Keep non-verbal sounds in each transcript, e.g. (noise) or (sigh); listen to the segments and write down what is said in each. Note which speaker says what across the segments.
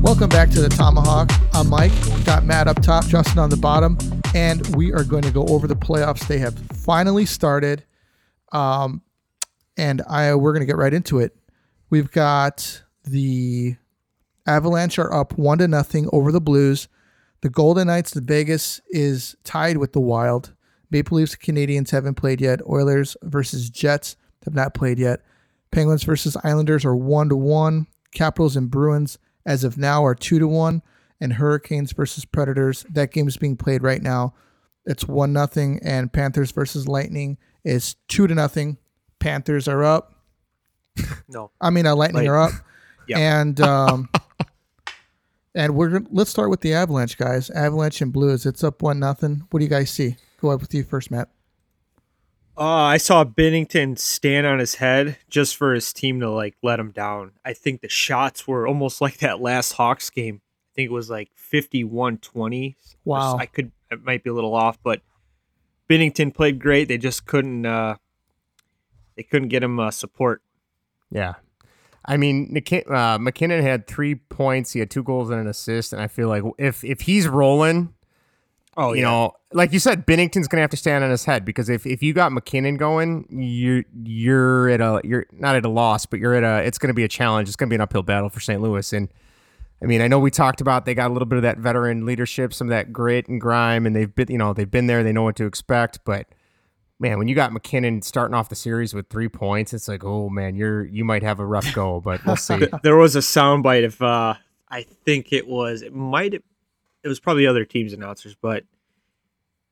Speaker 1: Welcome back to the Tomahawk. I'm Mike. Got Matt up top, Justin on the bottom, and we are going to go over the playoffs. They have finally started, um, and I we're going to get right into it. We've got the Avalanche are up one to nothing over the Blues. The Golden Knights, the Vegas is tied with the Wild. Maple Leafs, Canadians haven't played yet. Oilers versus Jets have not played yet. Penguins versus Islanders are one to one. Capitals and Bruins, as of now, are two to one. And Hurricanes versus Predators, that game is being played right now. It's one nothing. And Panthers versus Lightning is two to nothing. Panthers are up.
Speaker 2: (laughs) No.
Speaker 1: I mean, uh, Lightning are up.
Speaker 2: (laughs) Yeah.
Speaker 1: And um, (laughs) and we're gonna- let's start with the Avalanche guys. Avalanche and Blues. It's up one nothing. What do you guys see? Go up with you first, Matt.
Speaker 2: Uh, I saw Bennington stand on his head just for his team to like let him down. I think the shots were almost (laughs) like that last Hawks game. I think it was like 51-20.
Speaker 1: Wow.
Speaker 2: I could it might be a little off, but Bennington played great. They just couldn't uh they couldn't get him uh, support.
Speaker 3: Yeah. I mean, Niki- uh, McKinnon had three points. He had two goals and an assist. And I feel like if if he's rolling,
Speaker 2: Oh,
Speaker 3: you know, like you said, Bennington's gonna have to stand on his head because if, if you got McKinnon going, you you're at a you're not at a loss, but you're at a it's gonna be a challenge. It's gonna be an uphill battle for St. Louis. And I mean, I know we talked about they got a little bit of that veteran leadership, some of that grit and grime, and they've been you know they've been there, they know what to expect. But man, when you got McKinnon starting off the series with three points, it's like oh man, you're you might have a rough go, but we'll see.
Speaker 2: (laughs) there was a soundbite of uh I think it was it might it was probably other teams announcers, but (laughs)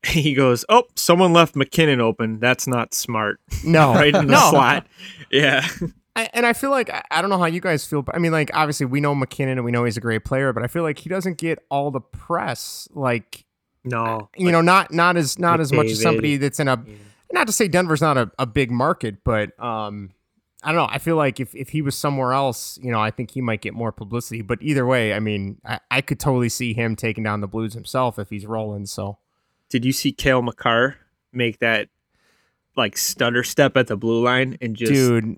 Speaker 2: he goes, "Oh, someone left McKinnon open. That's not smart."
Speaker 3: No,
Speaker 2: Oh, Right in the
Speaker 3: (laughs) no,
Speaker 2: slot. Yeah.
Speaker 3: I, and I feel like I- I don't know how you guys feel, but I mean, like obviously we know McKinnon and we know he's a great player, but I feel like he doesn't get all the press, like
Speaker 2: No.
Speaker 3: you know, not not as not as much as
Speaker 2: McDavid.
Speaker 3: somebody that's in a.
Speaker 2: Yeah.
Speaker 3: Not to say Denver's not a, a big market, but um, I don't know. I feel like if if he was somewhere else, you know, I think he might get more publicity. But either way, I mean, I, I could totally see him taking down the Blues himself if he's rolling. So
Speaker 2: Did you see Kale McCarr make that like stutter step at the blue line and just
Speaker 3: dude,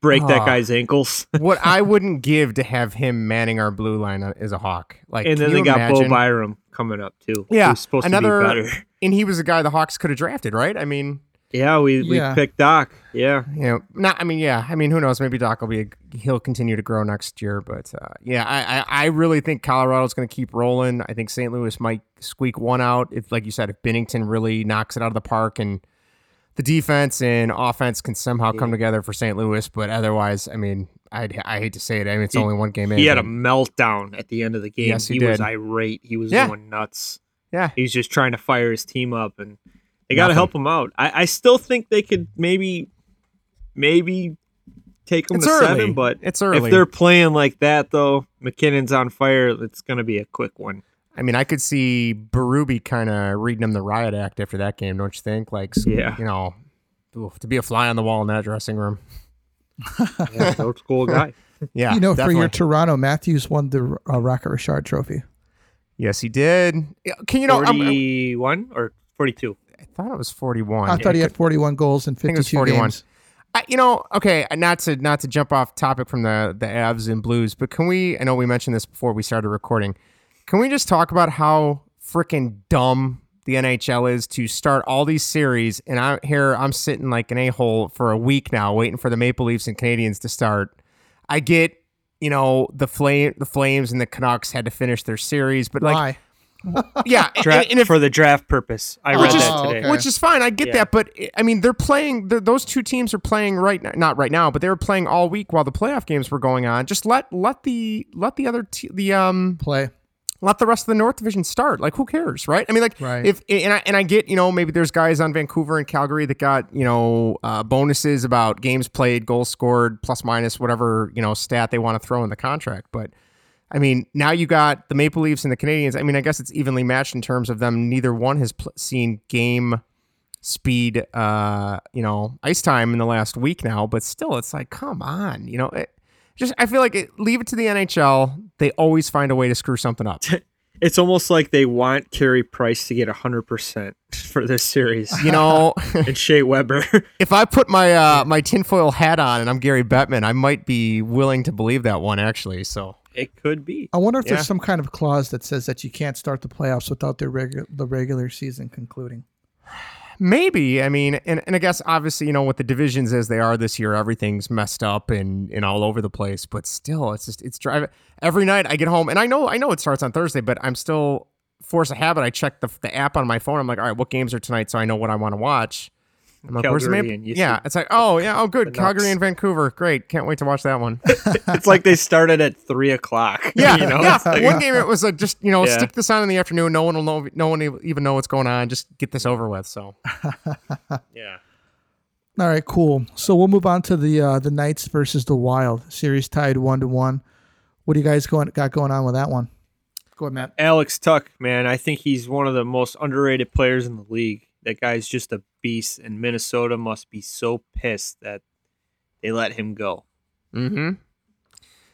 Speaker 2: break
Speaker 3: Ah.
Speaker 2: that guy's ankles? (laughs)
Speaker 3: what I wouldn't give to have him manning our blue line uh, is a hawk. Like,
Speaker 2: and
Speaker 3: can
Speaker 2: then they
Speaker 3: you
Speaker 2: got Bo
Speaker 3: imagine?
Speaker 2: Byram coming up too.
Speaker 3: Yeah,
Speaker 2: who's supposed
Speaker 3: another-
Speaker 2: to be better.
Speaker 3: (laughs)
Speaker 2: (laughs)
Speaker 3: and he was a guy the Hawks could have drafted, right? I mean,
Speaker 2: Yeah, we
Speaker 1: Yeah.
Speaker 2: we picked Doc. Yeah.
Speaker 3: you know, not. I mean, yeah. I mean, who knows? Maybe Doc will be. A, he'll continue to grow next year, but uh, yeah, I, I I really think Colorado's going to keep rolling. I think St. Louis might squeak one out if, like you said, if Bennington really knocks it out of the park and the defense and offense can somehow come together for St. Louis. But otherwise, I mean, I'd, I hate to say it. I mean, it's
Speaker 2: He-
Speaker 3: only one game in.
Speaker 2: He had
Speaker 3: but-
Speaker 2: a meltdown at the end of the game.
Speaker 3: Yes, he
Speaker 2: was
Speaker 3: did.
Speaker 2: irate. He was
Speaker 3: Yeah.
Speaker 2: going nuts.
Speaker 3: Yeah.
Speaker 2: He was just trying to fire his team up, and they got to
Speaker 3: Nothing.
Speaker 2: help him out. I, I still think they could maybe, maybe take him
Speaker 3: It's
Speaker 2: to
Speaker 3: early.
Speaker 2: seven. But
Speaker 3: it's early.
Speaker 2: if they're playing like that, though, McKinnon's on fire. It's going to be a quick one.
Speaker 3: I mean, I could see Berube kind of reading him the riot act after that game, don't you think? Like, s-
Speaker 2: Yeah.
Speaker 3: you know, oof, to be a fly on the wall in that dressing room.
Speaker 2: (laughs)
Speaker 3: (laughs)
Speaker 2: Yeah, old school guy.
Speaker 3: Yeah,
Speaker 1: you know, for your
Speaker 3: definitely.
Speaker 1: Toronto, Matthews won the uh, Rocket Richard Trophy.
Speaker 3: yes, he did. Yeah, Can (laughs) you know? I'm- I'm-
Speaker 2: Forty-one or forty-two.
Speaker 3: I thought it was forty-one.
Speaker 1: I thought he had 41 goals in
Speaker 3: think it was
Speaker 1: 52
Speaker 3: 41.
Speaker 1: games.
Speaker 3: I, you know, okay, uh, not to not to jump off topic from the the Avs and Blues, but can we? I know we mentioned this before we started recording. Can we just talk about how freaking dumb the NHL is to start all these series? And I here I'm sitting like an a hole for a week now, waiting for the Maple Leafs and Canadians to start. I get, you know, the flame the Flames and the Canucks had to finish their series, but like,
Speaker 1: Why?
Speaker 3: yeah, and-
Speaker 2: Dra-
Speaker 3: and if Oh,
Speaker 2: for the draft purpose, I
Speaker 3: Which
Speaker 2: read
Speaker 3: is-
Speaker 2: that today.
Speaker 1: okay.
Speaker 3: which is fine. I get
Speaker 2: Yeah.
Speaker 3: that, but I mean, they're playing. they those two teams are playing right now, not right now, but they were playing all week while the playoff games were going on. Just let let the let the other te- the um
Speaker 1: Play.
Speaker 3: let the rest of the North Division start. Like, who cares, right? I mean, like
Speaker 1: Right.
Speaker 3: if and I and I get you know maybe there's guys on Vancouver and Calgary that got you know uh, bonuses about games played, goals scored, plus minus whatever you know stat they want to throw in the contract, but. I mean, now you got the Maple Leafs and the Canadians. I mean, I guess it's evenly matched in terms of them. Neither one has pl- seen game speed, uh, you know, ice time in the last week now. But still, it's like, come on, you know, it, just I feel like it, leave it to the NHL. They always find a way to screw something up.
Speaker 2: It's almost like they want Carey Price to get hundred percent for this series,
Speaker 3: You (laughs) know,
Speaker 2: and Shea (laughs) Weber.
Speaker 3: if I put my uh, my tinfoil hat on and I'm Gary Bettman, I might be willing to believe that one actually. So
Speaker 2: It could (laughs) be.
Speaker 1: I wonder if
Speaker 3: Yeah.
Speaker 1: there's some kind of clause that says that you can't start the playoffs without the regular the regular season concluding.
Speaker 3: Maybe. I mean, and, and I guess obviously, you know, with the divisions as they are this year, everything's messed up and, and all over the place. But still, it's just it's driving every night I get home and I know I know it starts on Thursday, but I'm still force of habit. I check the, the app on my phone. I'm like, all right, what games are tonight so I know what I want to watch. I'm like, where's the
Speaker 2: Calgary
Speaker 3: map?
Speaker 2: and you
Speaker 3: Yeah.
Speaker 2: see
Speaker 3: It's like, oh yeah, oh
Speaker 2: the
Speaker 3: good. Calgary
Speaker 2: Canucks.
Speaker 3: and Vancouver. Great. Can't wait to watch that one.
Speaker 2: it's like they started at three o'clock.
Speaker 3: (laughs) Yeah,
Speaker 2: you know?
Speaker 3: yeah.
Speaker 2: It's like-
Speaker 3: One game it was like just you know
Speaker 2: Yeah.
Speaker 3: stick this on in the afternoon. No one will know. No one will even know what's going on. Just get this over with. So
Speaker 2: (laughs) yeah.
Speaker 1: All right, cool. So we'll move on to the uh, the Knights versus the Wild series tied one to one. What do you guys going got going on with that one? Go ahead, Matt.
Speaker 2: Alex Tuck, man, I think he's one of the most underrated players in the league. That guy's just a beast, and Minnesota must be so pissed that they let him go.
Speaker 3: Mm-hmm.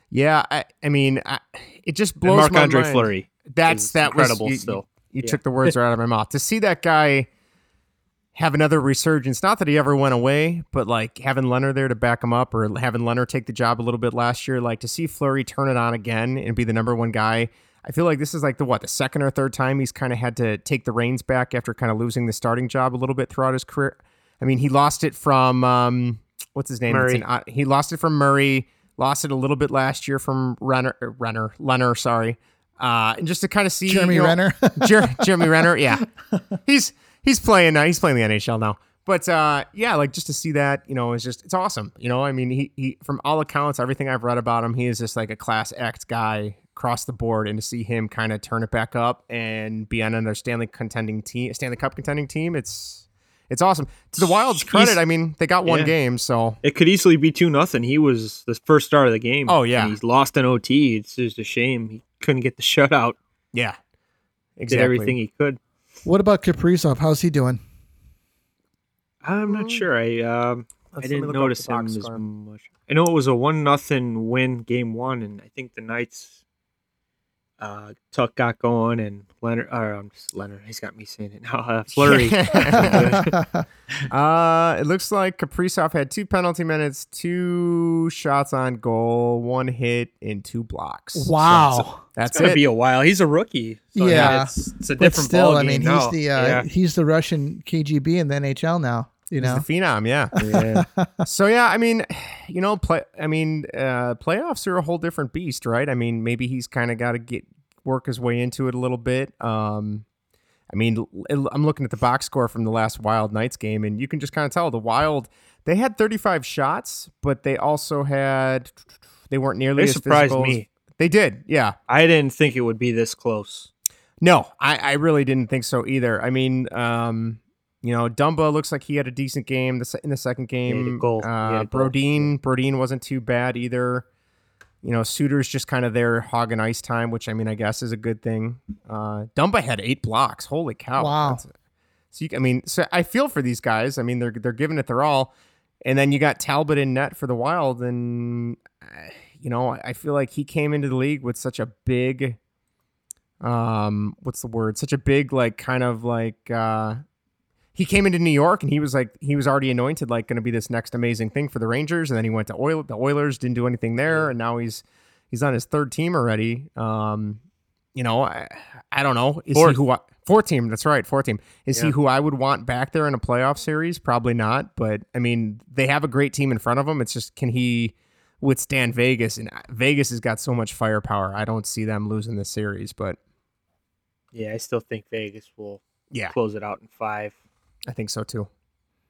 Speaker 3: Yeah, I, I mean, I, it just blows
Speaker 2: and Marc
Speaker 3: my
Speaker 2: Andre
Speaker 3: mind.
Speaker 2: Fleury.
Speaker 3: That's
Speaker 2: is
Speaker 3: that
Speaker 2: incredible
Speaker 3: was you-
Speaker 2: still.
Speaker 3: You, you
Speaker 2: Yeah.
Speaker 3: took the words right out of my mouth. To see that guy have another resurgence, not that he ever went away, but like having Leonard there to back him up, or having Leonard take the job a little bit last year, like to see Flurry turn it on again and be the number one guy. I feel like this is like the what the second or third time he's kind of had to take the reins back after kind of losing the starting job a little bit throughout his career. I mean, he lost it from um, what's his name? It's
Speaker 2: Murray.
Speaker 3: an uh, he lost it from Murray. Lost it a little bit last year from Renner. er, Renner. Leonard. Sorry. Uh, and just to kind of see
Speaker 1: Jeremy
Speaker 3: you know,
Speaker 1: Renner. (laughs)
Speaker 3: Jer- Jeremy Renner, yeah, he's he's playing now. He's playing the NHL now. But uh, yeah, like just to see that, you know, it's just it's awesome. You know, I mean, he, he from all accounts, everything I've read about him, he is just like a class act guy across the board. And to see him kind of turn it back up and be on another Stanley contending team, Stanley Cup contending team, it's it's awesome. To the Wild's
Speaker 2: He's-
Speaker 3: credit, I mean, they got one
Speaker 2: yeah.
Speaker 3: game, so
Speaker 2: It could easily be two nothing. He was the first star of the game.
Speaker 3: Oh, yeah.
Speaker 2: and he's lost an OT. It's just a shame he couldn't get the (laughs) shutout.
Speaker 3: yeah,
Speaker 2: Did
Speaker 3: exactly.
Speaker 2: everything he could.
Speaker 1: what about Kaprizov? How's he doing?
Speaker 2: I'm
Speaker 3: Mm.
Speaker 2: not sure. I um, I
Speaker 3: Let's- let me
Speaker 2: didn't
Speaker 3: look up
Speaker 2: notice
Speaker 3: the
Speaker 2: him
Speaker 3: box
Speaker 2: as
Speaker 3: score.
Speaker 2: much. I know it was a one nothing win game one, and I think the Knights uh, Tuck got going and Leonard. Or I'm just Leonard. He's got me saying it now.
Speaker 1: (laughs)
Speaker 2: Uh, Flurry.
Speaker 3: (laughs) Uh, it looks like Kaprizov had two penalty minutes, two shots on goal, one hit, and two blocks.
Speaker 1: wow.
Speaker 3: So- so that's
Speaker 2: it's gonna
Speaker 3: it.
Speaker 2: be a while. He's a rookie. So
Speaker 1: Yeah.
Speaker 2: it's, it's a
Speaker 1: but
Speaker 2: different
Speaker 1: still,
Speaker 2: ballgame
Speaker 1: I mean, he's
Speaker 2: now.
Speaker 1: the uh, (laughs) he's the Russian KGB in the NHL now. You
Speaker 3: He's
Speaker 1: know,
Speaker 3: the phenom,
Speaker 2: (laughs)
Speaker 3: yeah.
Speaker 2: yeah.
Speaker 3: so yeah, I mean, you know, play. I mean, uh, playoffs are a whole different beast, right? I mean, maybe he's kind of got to get work his way into it a little bit. Um, I mean, l- l- I'm looking at the box score from the last Wild Knights game, and you can just kind of tell the Wild they had 35 shots, but they also had they weren't nearly
Speaker 2: They
Speaker 3: as
Speaker 2: surprised
Speaker 3: physical as-
Speaker 2: me.
Speaker 3: They did, yeah.
Speaker 2: I didn't think it would be this close.
Speaker 3: No, I, I really didn't think so either. I mean, um, you know, Dumba looks like he had a decent game the se- in the second
Speaker 2: had a
Speaker 3: game.
Speaker 2: goal. He had
Speaker 3: Uh,
Speaker 2: a goal.
Speaker 3: Brodeen, Brodeen wasn't too bad either. You know, Suter's just kind of there hogging ice time, which I mean, I guess is a good thing. Uh, Dumba had eight blocks. Holy cow!
Speaker 1: Wow.
Speaker 3: so you, I mean, so I feel for these guys. I mean, they're they're giving it their all, and then you got Talbot in net for the Wild, and uh, you know, I I feel like he came into the league with such a big um what's the word such a big like kind of like uh he came into New York and he was like he was already anointed like going to be this next amazing thing for the Rangers and then he went to Oil the Oilers didn't do anything there and now he's he's on his third team already um you know I I don't know is
Speaker 2: Fourth.
Speaker 3: he who I, fourth team that's right fourth team is he
Speaker 2: Yeah.
Speaker 3: who I would want back there in a playoff series probably not but I mean they have a great team in front of him it's just can he withstand Vegas and uh, Vegas has got so much firepower I don't see them losing this series but
Speaker 2: Yeah, I still think Vegas will
Speaker 3: Yeah,
Speaker 2: close it out in five.
Speaker 3: I think so too.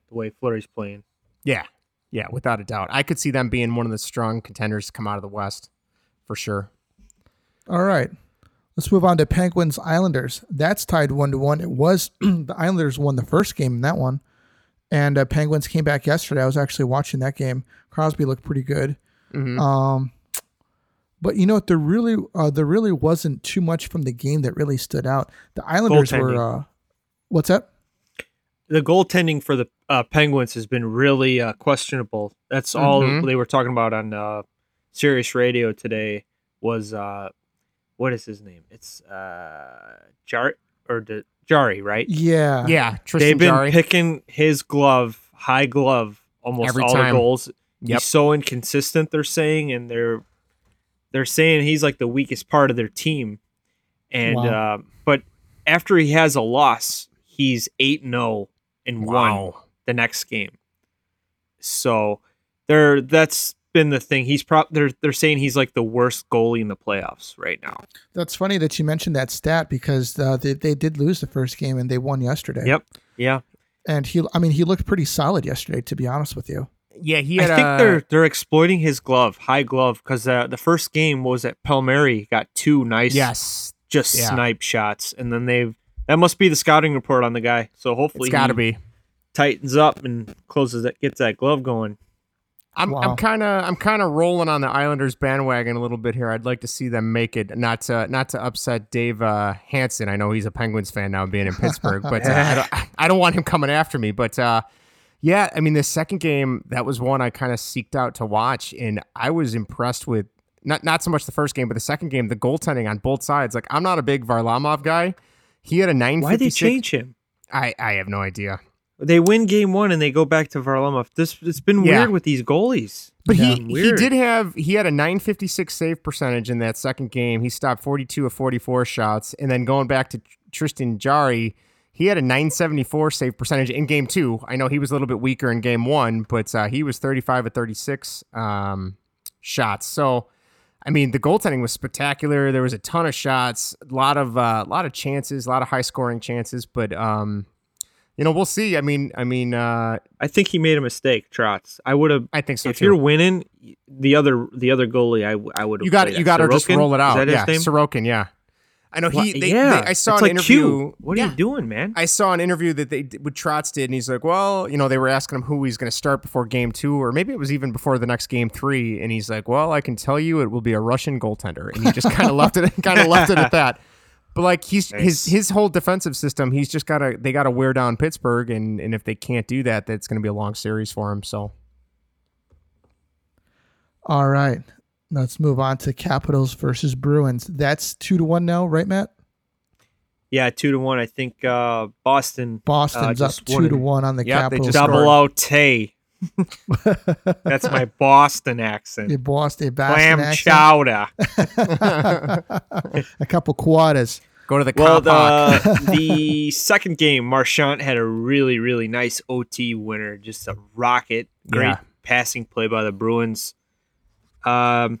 Speaker 2: The way Flurry's playing.
Speaker 3: Yeah, yeah, without a doubt. I could see them being one of the strong contenders to come out of the West for sure.
Speaker 1: All right. Let's move on to Penguins Islanders. That's tied one to one. It was (clears throat) the Islanders won the first game in that one, and uh, Penguins came back yesterday. I was actually watching that game. Crosby looked pretty good.
Speaker 2: Mm-hmm.
Speaker 3: Mm-hmm.
Speaker 1: Um, but you know what? There really, uh, there really wasn't too much from the game that really stood out. The Islanders were.
Speaker 2: Goaltending.
Speaker 1: Uh, what's that?
Speaker 2: The goaltending for the uh, Penguins has been really uh, questionable. That's all
Speaker 3: Mhm.
Speaker 2: they were talking about on uh, Sirius Radio today. Was uh, what is his name? It's uh, Jar or D- Jari, right?
Speaker 1: Yeah.
Speaker 3: yeah, Tristan
Speaker 2: Uh, They've been
Speaker 3: Jarry.
Speaker 2: picking his glove, high glove, almost
Speaker 3: Every
Speaker 2: all
Speaker 3: time.
Speaker 2: the goals.
Speaker 3: Yep.
Speaker 2: He's so inconsistent. They're saying, and they're they're saying he's like the weakest part of their team. And
Speaker 1: Wow.
Speaker 2: uh, but after he has a loss, he's eight zero and one
Speaker 3: Wow.
Speaker 2: the next game. So there that's been the thing. He's pro they're they're saying he's like the worst goalie in the playoffs right now.
Speaker 1: That's funny that you mentioned that stat because uh, they, they did lose the first game and they won yesterday.
Speaker 2: Yep. Yeah.
Speaker 1: And he, I mean, he looked pretty solid yesterday, to be honest with you.
Speaker 3: Yeah, he
Speaker 2: I
Speaker 3: had
Speaker 2: think
Speaker 3: a-
Speaker 2: they're they're exploiting his glove, high glove, because uh, the first game was at Palmieri got two nice
Speaker 3: yes.
Speaker 2: just
Speaker 3: Yeah.
Speaker 2: snipe shots, and then they've that must be the scouting report on the guy. So hopefully
Speaker 3: It's got to
Speaker 2: he
Speaker 3: be.
Speaker 2: tightens up and closes that gets that glove going.
Speaker 3: I'm
Speaker 1: Wow.
Speaker 3: I'm kind of I'm kind of rolling on the Islanders bandwagon a little bit here. I'd like to see them make it. Not to not to upset Dave uh, Hansen. I know he's a Penguins fan now, being in Pittsburgh, but uh,
Speaker 2: (laughs)
Speaker 3: I, don't, I don't want him coming after me. But uh, yeah, I mean, the second game that was one I kind of seeked out to watch, and I was impressed with not not so much the first game, but the second game, the goaltending on both sides. Like I'm not a big Varlamov guy. He had a nine.
Speaker 2: Why they change him?
Speaker 3: I I have no idea.
Speaker 2: They win game one and they go back to Varlamov. This it's been
Speaker 3: Yeah.
Speaker 2: weird with these goalies.
Speaker 3: But
Speaker 1: Yeah.
Speaker 3: he, he
Speaker 2: Weird.
Speaker 3: did have he had a 956 save percentage in that second game. He stopped 42 of 44 shots, and then going back to Tr- Tristan Jari, he had a 974 save percentage in game two. I know he was a little bit weaker in game one, but uh, he was 35 of 36 um, shots. So, I mean, the goaltending was spectacular. There was a ton of shots, a lot of uh, lot of chances, a lot of high scoring chances. But um, you know, we'll see. I mean, I mean, uh,
Speaker 2: I think he made a mistake, Trotz. I would have
Speaker 3: I think so
Speaker 2: if
Speaker 3: too.
Speaker 2: you're winning the other the other goalie, I I would have
Speaker 3: You got you got to just roll it out.
Speaker 2: Is that
Speaker 3: yeah,
Speaker 2: his name?
Speaker 3: Sorokin. Yeah, I know
Speaker 2: Wha-
Speaker 3: he. They,
Speaker 2: yeah,
Speaker 3: they- I saw
Speaker 2: it's
Speaker 3: an
Speaker 2: like
Speaker 3: interview.
Speaker 2: Q. What are
Speaker 3: yeah,
Speaker 2: you doing, man?
Speaker 3: I saw an interview that they with Trotz did, and he's like, "Well, you know, they were asking him who he's going to start before game two, or maybe it was even before the next game three, and he's like, "Well, I can tell you, it will be a Russian goaltender," and he
Speaker 2: (laughs)
Speaker 3: just kind of left it, kind of left it at that. But like he's
Speaker 2: Nice.
Speaker 3: his his whole defensive system, he's just got to they got to wear down Pittsburgh, and and if they can't do that, that's going to be a long series for him. So
Speaker 1: All right. Let's move on to Capitals versus Bruins. That's two to one now, right, Matt?
Speaker 2: yeah, two to one. I think uh, Boston
Speaker 1: Boston's
Speaker 2: Uh,
Speaker 1: up
Speaker 2: just
Speaker 1: two
Speaker 2: one
Speaker 1: to
Speaker 2: in-
Speaker 1: one on the
Speaker 3: Yep, they
Speaker 1: Capitals.
Speaker 3: just
Speaker 2: double out
Speaker 3: (laughs)
Speaker 2: Tay. That's my Boston
Speaker 1: Your
Speaker 2: accent.
Speaker 1: boss, they Boston
Speaker 2: Clam
Speaker 1: accent.
Speaker 2: chowder.
Speaker 1: (laughs) a couple quadas.
Speaker 3: go to the
Speaker 2: Well,
Speaker 3: cop hawk. (laughs)
Speaker 2: the, (laughs) the second game, Marchant had a really, really nice OT winner. Just a rocket. Great
Speaker 3: Yeah.
Speaker 2: passing play by the Bruins. Um,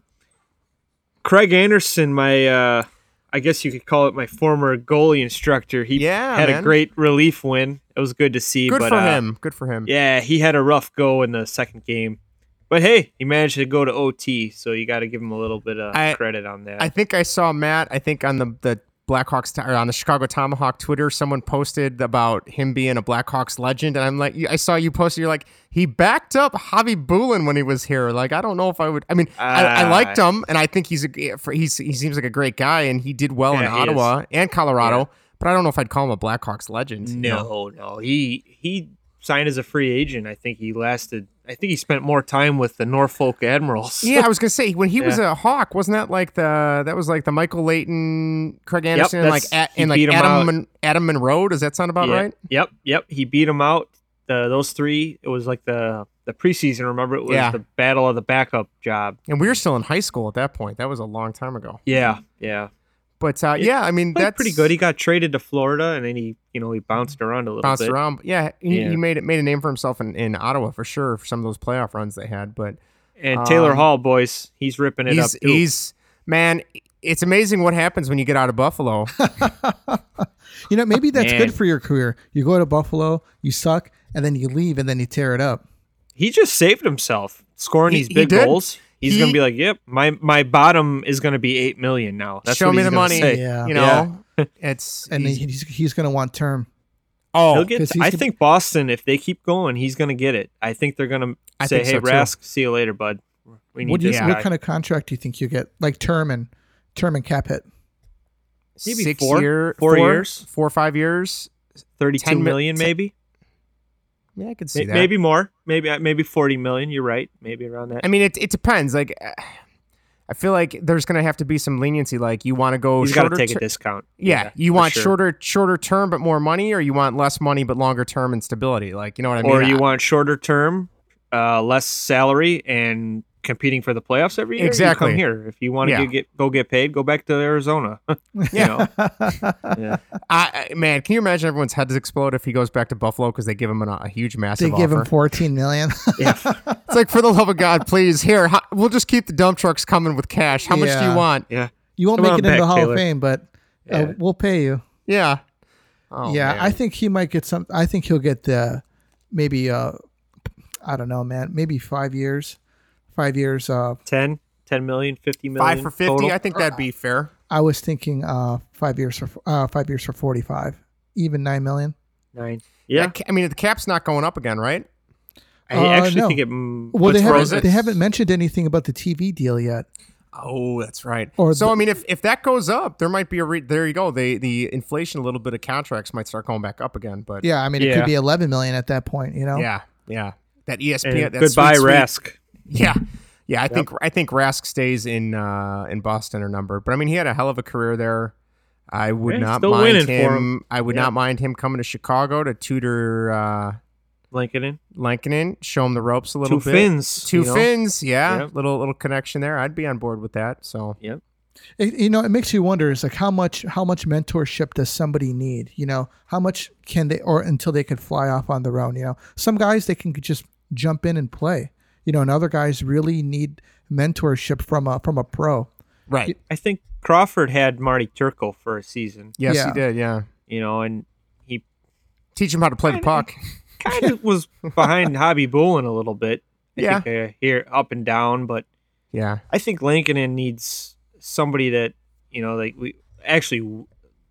Speaker 2: Craig Anderson, my, uh, I guess you could call it my former goalie instructor. He
Speaker 3: Yeah,
Speaker 2: had
Speaker 3: man.
Speaker 2: a great relief win. It was good to see.
Speaker 3: Good
Speaker 2: but,
Speaker 3: for
Speaker 2: uh,
Speaker 3: him. Good for him.
Speaker 2: Yeah, he had a rough go in the second game. But hey, he managed to go to OT, so you got to give him a little bit of
Speaker 3: I-
Speaker 2: credit on that.
Speaker 3: I think I saw Matt. I think on the the Blackhawks or on the Chicago Tomahawk Twitter, someone posted about him being a Blackhawks legend, and I'm like, I saw you posted. You're like, he backed up Javi Bulin when he was here. Like, I don't know if I would. I mean, I, I
Speaker 2: Ah.
Speaker 3: liked him, and I think he's a for- he's he seems like a great guy, and he did well in
Speaker 2: Yeah, he is.
Speaker 3: Ottawa and Colorado. But I don't know if I'd call him a Blackhawks legend. you know?
Speaker 2: No, no. He he signed as a free agent. I think he lasted. I think he spent more time with the Norfolk Admirals.
Speaker 3: Yeah, I was gonna say when he was
Speaker 2: Yeah.
Speaker 3: a Hawk, wasn't that like the that was like the Michael Leighton, Craig Anderson, and like
Speaker 2: that's-
Speaker 3: at,
Speaker 2: he
Speaker 3: and like
Speaker 2: beat him
Speaker 3: Adam
Speaker 2: out.
Speaker 3: Mon- Adam Monroe? Does that sound about
Speaker 2: Yeah.
Speaker 3: right?
Speaker 2: (laughs) Yep. Yep. He beat him out. The, those three. It was like the the preseason. Remember, it was
Speaker 3: Yeah.
Speaker 2: the battle of the backup job.
Speaker 3: And we were still in high school at that point. That was a long time ago.
Speaker 2: Yeah. Yeah.
Speaker 3: But uh, yeah, I mean
Speaker 2: Played
Speaker 3: that's
Speaker 2: pretty good. He got traded to Florida, and then he you know he bounced around a little
Speaker 3: bounced
Speaker 2: bit.
Speaker 3: around. But yeah, he,
Speaker 2: Yeah.
Speaker 3: he made it made a name for himself in, in Ottawa for sure for some of those playoff runs they had. But
Speaker 2: And Taylor
Speaker 3: Um,
Speaker 2: Hall, boys, he's ripping it
Speaker 3: he's
Speaker 2: up. too.
Speaker 3: he's man, it's amazing what happens when you get out of Buffalo.
Speaker 1: (laughs) You know, maybe that's
Speaker 2: Man.
Speaker 1: good for your career. You go to Buffalo, you suck, and then you leave, and then you tear it up.
Speaker 2: he just saved himself scoring
Speaker 3: He-
Speaker 2: these
Speaker 3: he
Speaker 2: big
Speaker 3: did.
Speaker 2: goals. He's
Speaker 3: He-
Speaker 2: gonna be like, "Yep, my my bottom is gonna be eight million now." (laughs) That's
Speaker 3: Show
Speaker 2: what
Speaker 3: me
Speaker 2: he's
Speaker 3: the
Speaker 2: gonna
Speaker 3: money.
Speaker 2: say.
Speaker 1: Yeah.
Speaker 3: You know,
Speaker 2: (laughs)
Speaker 3: it's
Speaker 1: And
Speaker 3: he's-
Speaker 1: he's, he's going to want term.
Speaker 2: He'll
Speaker 3: oh
Speaker 2: get.
Speaker 1: 'cause he's
Speaker 2: I
Speaker 1: gonna-
Speaker 2: think Boston, if they keep going, he's gonna get it. I think they're gonna
Speaker 3: I
Speaker 2: say,
Speaker 3: think
Speaker 2: "Hey,
Speaker 3: so, too.
Speaker 2: Rask, see you later, bud. We need
Speaker 1: What, do you,
Speaker 2: this
Speaker 1: what
Speaker 2: guy."
Speaker 1: kind of contract do you think you get? Like term and term and cap hit.
Speaker 2: maybe
Speaker 3: six
Speaker 2: four-
Speaker 3: year,
Speaker 2: four years?
Speaker 3: four or five years.
Speaker 2: Thirty-two
Speaker 3: 10 mi-
Speaker 2: million,
Speaker 3: ten-
Speaker 2: maybe,
Speaker 3: Yeah, I could see
Speaker 2: May-
Speaker 3: that.
Speaker 2: maybe more, maybe uh, maybe forty million. You're right, maybe around that.
Speaker 3: I mean, it, it depends. Like, (sighs) uh, I feel like there's going to have to be some leniency. Like, you want to go
Speaker 2: he's got
Speaker 3: shorter.
Speaker 2: to take a
Speaker 3: ter-
Speaker 2: discount.
Speaker 3: yeah, you
Speaker 2: for
Speaker 3: want
Speaker 2: sure.
Speaker 3: shorter, shorter term but more money, or you want less money but longer term and stability. Like, you know what I mean?
Speaker 2: or you
Speaker 3: I-
Speaker 2: want shorter term, uh, less salary, and competing for the playoffs every year.
Speaker 3: Exactly.
Speaker 2: You come here if you want to
Speaker 3: Yeah.
Speaker 2: get, get- go get paid. Go back to Arizona. (laughs) You
Speaker 3: (laughs)
Speaker 2: know? yeah.
Speaker 3: I, I- man, can you imagine everyone's heads explode if he goes back to Buffalo because they give him an, a huge
Speaker 1: they
Speaker 3: massive
Speaker 1: give
Speaker 3: offer?
Speaker 1: him 14 million. (laughs)
Speaker 3: it's like for the love of God, please here. ho- we'll just keep the dump trucks coming with cash. How much do
Speaker 1: Yeah.
Speaker 3: you want?
Speaker 2: Yeah.
Speaker 1: you won't
Speaker 2: Come
Speaker 1: make
Speaker 2: on
Speaker 1: it into
Speaker 2: back,
Speaker 1: the Hall
Speaker 2: Taylor.
Speaker 1: of Fame, but uh,
Speaker 2: Yeah.
Speaker 1: we'll pay you.
Speaker 3: Yeah. Oh,
Speaker 1: yeah,
Speaker 3: man.
Speaker 1: I think he might get some. I think he'll get the maybe uh, I don't know, man. Maybe five years, five years. Uh,
Speaker 2: 10, 10 million, 50 million.
Speaker 3: five for fifty.
Speaker 2: total.
Speaker 3: I think that'd be fair.
Speaker 1: I was thinking uh, five years for uh, five years for forty-five, even nine million.
Speaker 2: Nine. Yeah.
Speaker 3: I, I mean, the cap's not going up again, right?
Speaker 1: Uh,
Speaker 2: I actually
Speaker 1: no.
Speaker 2: think it. mm,
Speaker 1: Well,
Speaker 2: let's
Speaker 1: they
Speaker 2: roll
Speaker 1: haven't
Speaker 2: this.
Speaker 1: they haven't mentioned anything about the TV deal yet.
Speaker 3: Oh, that's right.
Speaker 1: Or
Speaker 3: so
Speaker 1: the-
Speaker 3: I mean, if, if that goes up, there might be a re- there you go. The the inflation, a little bit of contracts might start going back up again. But
Speaker 1: Yeah, I mean it
Speaker 2: Yeah.
Speaker 1: could be eleven million at that point. You know.
Speaker 3: yeah, yeah. That E
Speaker 2: And
Speaker 3: ESPN. that
Speaker 2: goodbye,
Speaker 3: sweet, sweet-
Speaker 2: Rask.
Speaker 3: (laughs) Yeah, yeah. I think I think Rask stays in uh, in Boston or number. But I mean, he had a hell of a career there. I would
Speaker 2: Yeah, he's
Speaker 3: not
Speaker 2: still
Speaker 3: mind
Speaker 2: winning
Speaker 3: him,
Speaker 2: for
Speaker 3: I would
Speaker 2: Yeah.
Speaker 3: not mind him coming to Chicago to tutor uh,
Speaker 2: Lincoln in.
Speaker 3: Lankinen, show him the ropes a little
Speaker 2: Two
Speaker 3: bit.
Speaker 2: fins.
Speaker 3: Two
Speaker 2: you know?
Speaker 3: fins, yeah.
Speaker 2: Yep.
Speaker 3: Little little connection there. I'd be on board with that. So
Speaker 2: Yep.
Speaker 1: It, you know, it makes you wonder. Is like how much how much mentorship does somebody need? You know, how much can they or until they could fly off on their own? You know, some guys they can just jump in and play. You know, and other guys really need mentorship from a from a pro.
Speaker 3: right.
Speaker 2: I think Crawford had Marty Turco for a season,
Speaker 3: Yes,
Speaker 1: Yeah.
Speaker 3: he did. Yeah.
Speaker 2: you know, and he
Speaker 3: Teach him how to play the puck.
Speaker 2: kind of
Speaker 3: (laughs)
Speaker 2: was behind Hobby Bullen a little bit. I
Speaker 3: Yeah.
Speaker 2: think, uh, here up and down, but
Speaker 3: Yeah.
Speaker 2: I think Lincoln needs somebody that you know, like we actually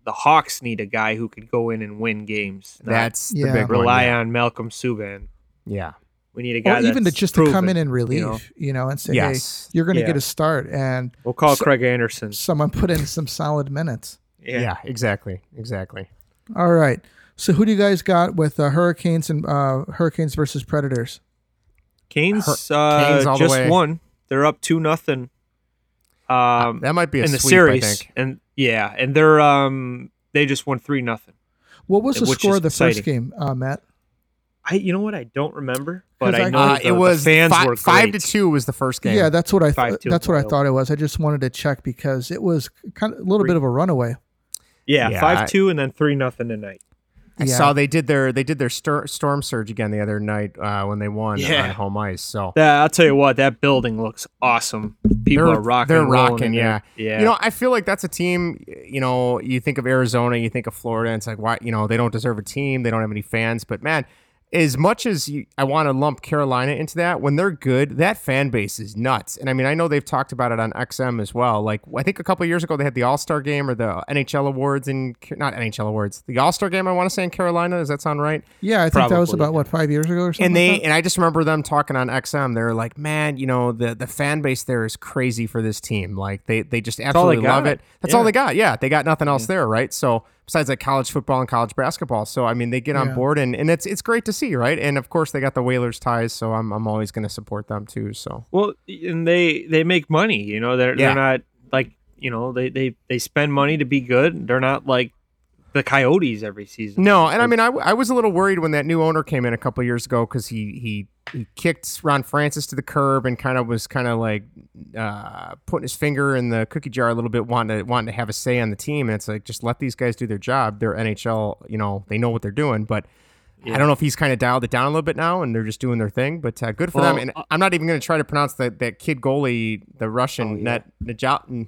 Speaker 2: the Hawks need a guy who could go in and win games. not
Speaker 3: That's the
Speaker 1: Yeah.
Speaker 3: big one,
Speaker 2: rely
Speaker 3: yeah.
Speaker 2: on Malcolm Subban.
Speaker 3: Yeah.
Speaker 2: We need a guy
Speaker 1: Or even to
Speaker 2: that's
Speaker 1: just to
Speaker 2: proven,
Speaker 1: come in and relieve,
Speaker 2: you
Speaker 1: you
Speaker 2: know?
Speaker 1: know, and say,
Speaker 3: Yes.
Speaker 1: hey, you're going to
Speaker 2: Yeah.
Speaker 1: get a start, and
Speaker 2: We'll call
Speaker 1: So-
Speaker 2: Craig Anderson.
Speaker 1: someone put in some solid minutes.
Speaker 3: Yeah. exactly. Exactly.
Speaker 1: All right. So who do you guys got with uh, Hurricanes and uh, Hurricanes versus Predators?
Speaker 2: Kane's,
Speaker 3: Her-
Speaker 2: uh,
Speaker 3: Canes all the
Speaker 2: just
Speaker 3: way.
Speaker 2: won. They're up two nothing. Um,
Speaker 3: that might be a
Speaker 2: in the
Speaker 3: sweep,
Speaker 2: series,
Speaker 3: I think.
Speaker 2: and yeah, and they're um they just won three nothing.
Speaker 1: What was the
Speaker 2: Which
Speaker 1: score
Speaker 2: is
Speaker 1: of the first
Speaker 2: exciting.
Speaker 1: game, uh, Matt?
Speaker 2: I you know what I don't remember, but
Speaker 1: 'Cause
Speaker 2: I
Speaker 1: I-
Speaker 2: know
Speaker 3: Uh,
Speaker 2: the-
Speaker 3: it was
Speaker 2: the fans
Speaker 3: fi-
Speaker 2: were
Speaker 3: five to
Speaker 2: great.
Speaker 3: two was the first game.
Speaker 1: Yeah, that's what I thought.
Speaker 2: 5-2
Speaker 1: That's what I
Speaker 2: wild.
Speaker 1: thought it was. I just wanted to check because it was kind of a little bit of a runaway.
Speaker 2: Yeah,
Speaker 3: Yeah,
Speaker 2: five
Speaker 3: I-
Speaker 2: two, and then three nothing tonight.
Speaker 3: I
Speaker 1: Yeah.
Speaker 3: saw they did their they did their stor- storm surge again the other night uh, when they won
Speaker 2: Yeah.
Speaker 3: on home ice. So
Speaker 2: That, I'll tell you what, that building looks awesome. People
Speaker 3: They're-
Speaker 2: are rocking.
Speaker 3: they're
Speaker 2: and rolling
Speaker 3: rocking,
Speaker 2: in there. yeah.
Speaker 3: you know, I feel like that's a team. You know, you think of Arizona, you think of Florida, and it's like why you know they don't deserve a team, they don't have any fans. But man, as much as you, I want to lump Carolina into that, when they're good, that fan base is nuts. And I mean, I know they've talked about it on XM as well. Like I think a couple years ago they had the All Star Game or the NHL Awards in not NHL Awards, the All Star Game. I want to say in Carolina. Does that sound right?
Speaker 1: Yeah, I think that was
Speaker 2: Probably,
Speaker 1: about what five years ago or something.
Speaker 3: and they
Speaker 1: like that?
Speaker 3: and I just remember them talking on XM. They're like, man, you know the the fan base there is crazy for this team. Like they they just
Speaker 2: all they
Speaker 3: absolutely love
Speaker 2: got.
Speaker 3: it. That's all they got. Yeah, they got nothing else there, right? So besides like college football and college basketball, so I mean they get on
Speaker 1: Yeah.
Speaker 3: board and and it's it's great to see, right? And of course they got the Whalers ties, so I'm I'm always going to support them too. So
Speaker 2: well, and they they make money. You know, they're
Speaker 3: Yeah.
Speaker 2: they're not like you know they they they spend money to be good. They're not like the Coyotes every season.
Speaker 3: no, and I mean I, w- I was a little worried when that new owner came in a couple years ago because he he. He kicked Ron Francis to the curb and kind of was kind of like uh, putting his finger in the cookie jar a little bit, wanting to wanting to have a say on the team. And it's like just let these guys do their job. They're NHL, you know, they know what they're doing. But I don't know if he's kind of dialed it down a little bit now, and they're just doing their thing. But uh, good for them.
Speaker 2: Well,
Speaker 3: And
Speaker 2: uh,
Speaker 3: I'm not even going to try to pronounce that that kid goalie, the
Speaker 2: Oh,
Speaker 3: Russian Net Najat.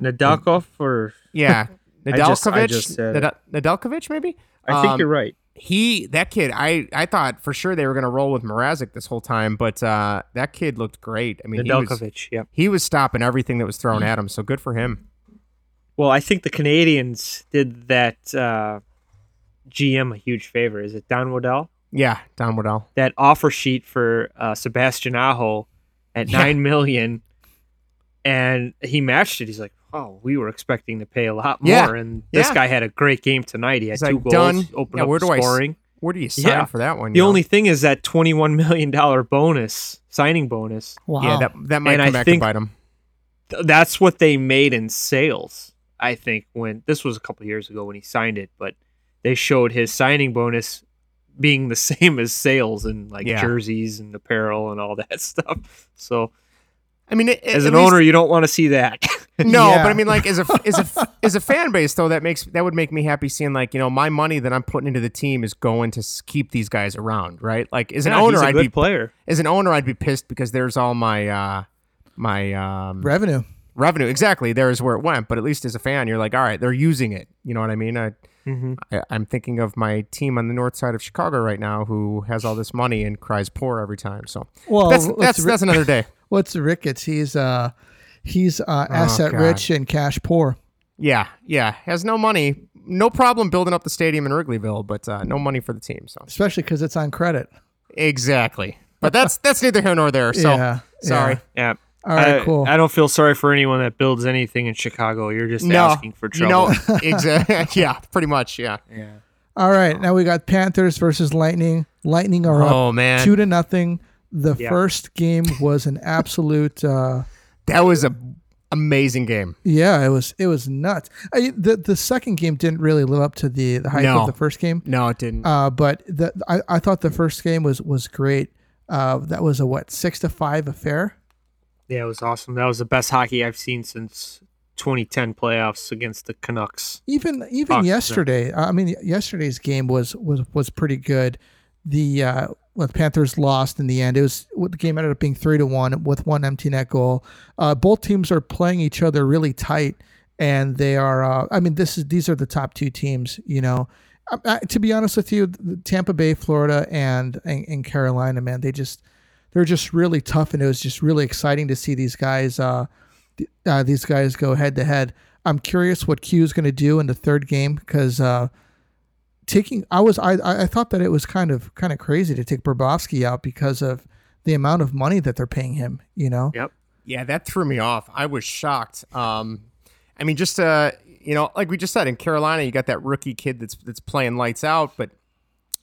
Speaker 2: Nadakov
Speaker 3: Um,
Speaker 2: or
Speaker 3: Yeah,
Speaker 2: just- (laughs) I
Speaker 3: Nedeljkovic.
Speaker 2: just said it.
Speaker 3: Ned- Nedeljkovic, maybe.
Speaker 2: I think
Speaker 3: Um,
Speaker 2: you're right.
Speaker 3: he that kid I I thought for sure they were gonna roll with Mrazek this whole time, but uh, that kid looked great. I mean, he was,
Speaker 2: Nadalkovich. Yeah.
Speaker 3: he was stopping everything that was thrown at him, so good for him.
Speaker 2: Well, I think the Canadians did that uh, GM a huge favor. Is it Don Waddell?
Speaker 3: Yeah, Don Waddell.
Speaker 2: That offer sheet for uh, Sebastian Aho at
Speaker 3: Yeah.
Speaker 2: nine million, and he matched it. He's like, "Oh, we were expecting to pay a lot more."
Speaker 3: Yeah.
Speaker 2: And this
Speaker 3: Yeah.
Speaker 2: guy had a great game tonight. He had
Speaker 3: He's
Speaker 2: two
Speaker 3: like,
Speaker 2: goals,
Speaker 3: "Done.
Speaker 2: opened
Speaker 3: Yeah,
Speaker 2: up
Speaker 3: where do I s-
Speaker 2: scoring.
Speaker 3: Where do you sign
Speaker 2: Yeah.
Speaker 3: for that one?
Speaker 2: the
Speaker 3: you know?
Speaker 2: only thing is that twenty-one million dollar bonus signing bonus.
Speaker 1: wow.
Speaker 3: yeah that that might
Speaker 2: And
Speaker 3: come
Speaker 2: I
Speaker 3: back
Speaker 2: think-
Speaker 3: to bite him.
Speaker 2: Th- That's what they made in sales. I think when this was a couple years ago when he signed it, but they showed his signing bonus being (laughs) the same as sales and like
Speaker 3: Yeah.
Speaker 2: jerseys and apparel and all that (laughs) stuff. So
Speaker 3: I mean, it,
Speaker 2: As
Speaker 3: at
Speaker 2: an
Speaker 3: least-
Speaker 2: owner, (laughs) you don't want to see that. (laughs)
Speaker 3: No,
Speaker 1: Yeah.
Speaker 3: but I mean, like as a as a as a fan base though, that makes that would make me happy seeing like you know my money that I'm putting into the team is going to s- keep these guys around, right? Like as an
Speaker 2: Yeah,
Speaker 3: owner,
Speaker 2: he's a
Speaker 3: I'd
Speaker 2: good
Speaker 3: be
Speaker 2: player.
Speaker 3: as an owner, I'd be pissed because there's all my uh my um
Speaker 1: Revenue.
Speaker 3: revenue exactly there is where it went. But at least as a fan, you're like, all right, they're using it. You know what I mean? I,
Speaker 2: Mm-hmm.
Speaker 3: I I'm thinking of my team on the north side of Chicago right now who has all this money and cries poor every time. So
Speaker 1: Well,
Speaker 3: that's
Speaker 1: let's
Speaker 3: that's
Speaker 1: re-
Speaker 3: that's
Speaker 1: (laughs)
Speaker 3: another day.
Speaker 1: What's Ricketts? He's uh, he's uh, asset
Speaker 3: Oh, God.
Speaker 1: rich and cash poor.
Speaker 3: Yeah, yeah. Has no money. No problem building up the stadium in Wrigleyville, but uh, no money for the team. So
Speaker 1: especially because it's on credit.
Speaker 3: exactly.
Speaker 1: (laughs)
Speaker 3: But that's that's neither here nor there. So
Speaker 1: Yeah,
Speaker 3: sorry. Uh,
Speaker 1: yeah.
Speaker 2: Yeah.
Speaker 1: All right,
Speaker 2: I,
Speaker 1: cool.
Speaker 2: I don't feel sorry for anyone that builds anything in Chicago. You're just
Speaker 3: No,
Speaker 2: asking for trouble.
Speaker 3: (laughs) No, exactly. yeah, pretty much. Yeah.
Speaker 1: All right, now we got Panthers versus Lightning. Lightning are up
Speaker 3: Oh, man.
Speaker 1: two to nothing. The
Speaker 2: Yeah.
Speaker 1: first game was an absolute. Uh,
Speaker 3: That was a amazing game.
Speaker 1: yeah, it was it was nuts. I, the the second game didn't really live up to the the hype
Speaker 3: No.
Speaker 1: of the first game.
Speaker 3: No, it didn't.
Speaker 1: Uh, but the I, I thought the first game was was great. Uh, that was a what six to five affair.
Speaker 2: Yeah, it was awesome. That was the best hockey I've seen since 2010 playoffs against the Canucks.
Speaker 1: even even
Speaker 2: Oxygen.
Speaker 1: yesterday i mean yesterday's game was was was pretty good the uh well, the Panthers lost in the end. It was what the game ended up being three to one with one empty net goal. Uh, both teams are playing each other really tight, and they are. Uh, I mean, this is these are the top two teams. You know, I, I, to be honest with you, the Tampa Bay, Florida, and, and and Carolina, man, they just they're just really tough, and it was just really exciting to see these guys uh, th- uh, these guys go head to head. I'm curious what Q is going to do in the third game because uh, taking I was I I I thought that it was kind of kind of crazy to take Bobrovsky out because of the amount of money that they're paying him. You know,
Speaker 2: Yep.
Speaker 3: Yeah, that threw me off. I was shocked. Um, I mean, just uh, you know, like we just said in Carolina, you got that rookie kid that's that's playing lights out, but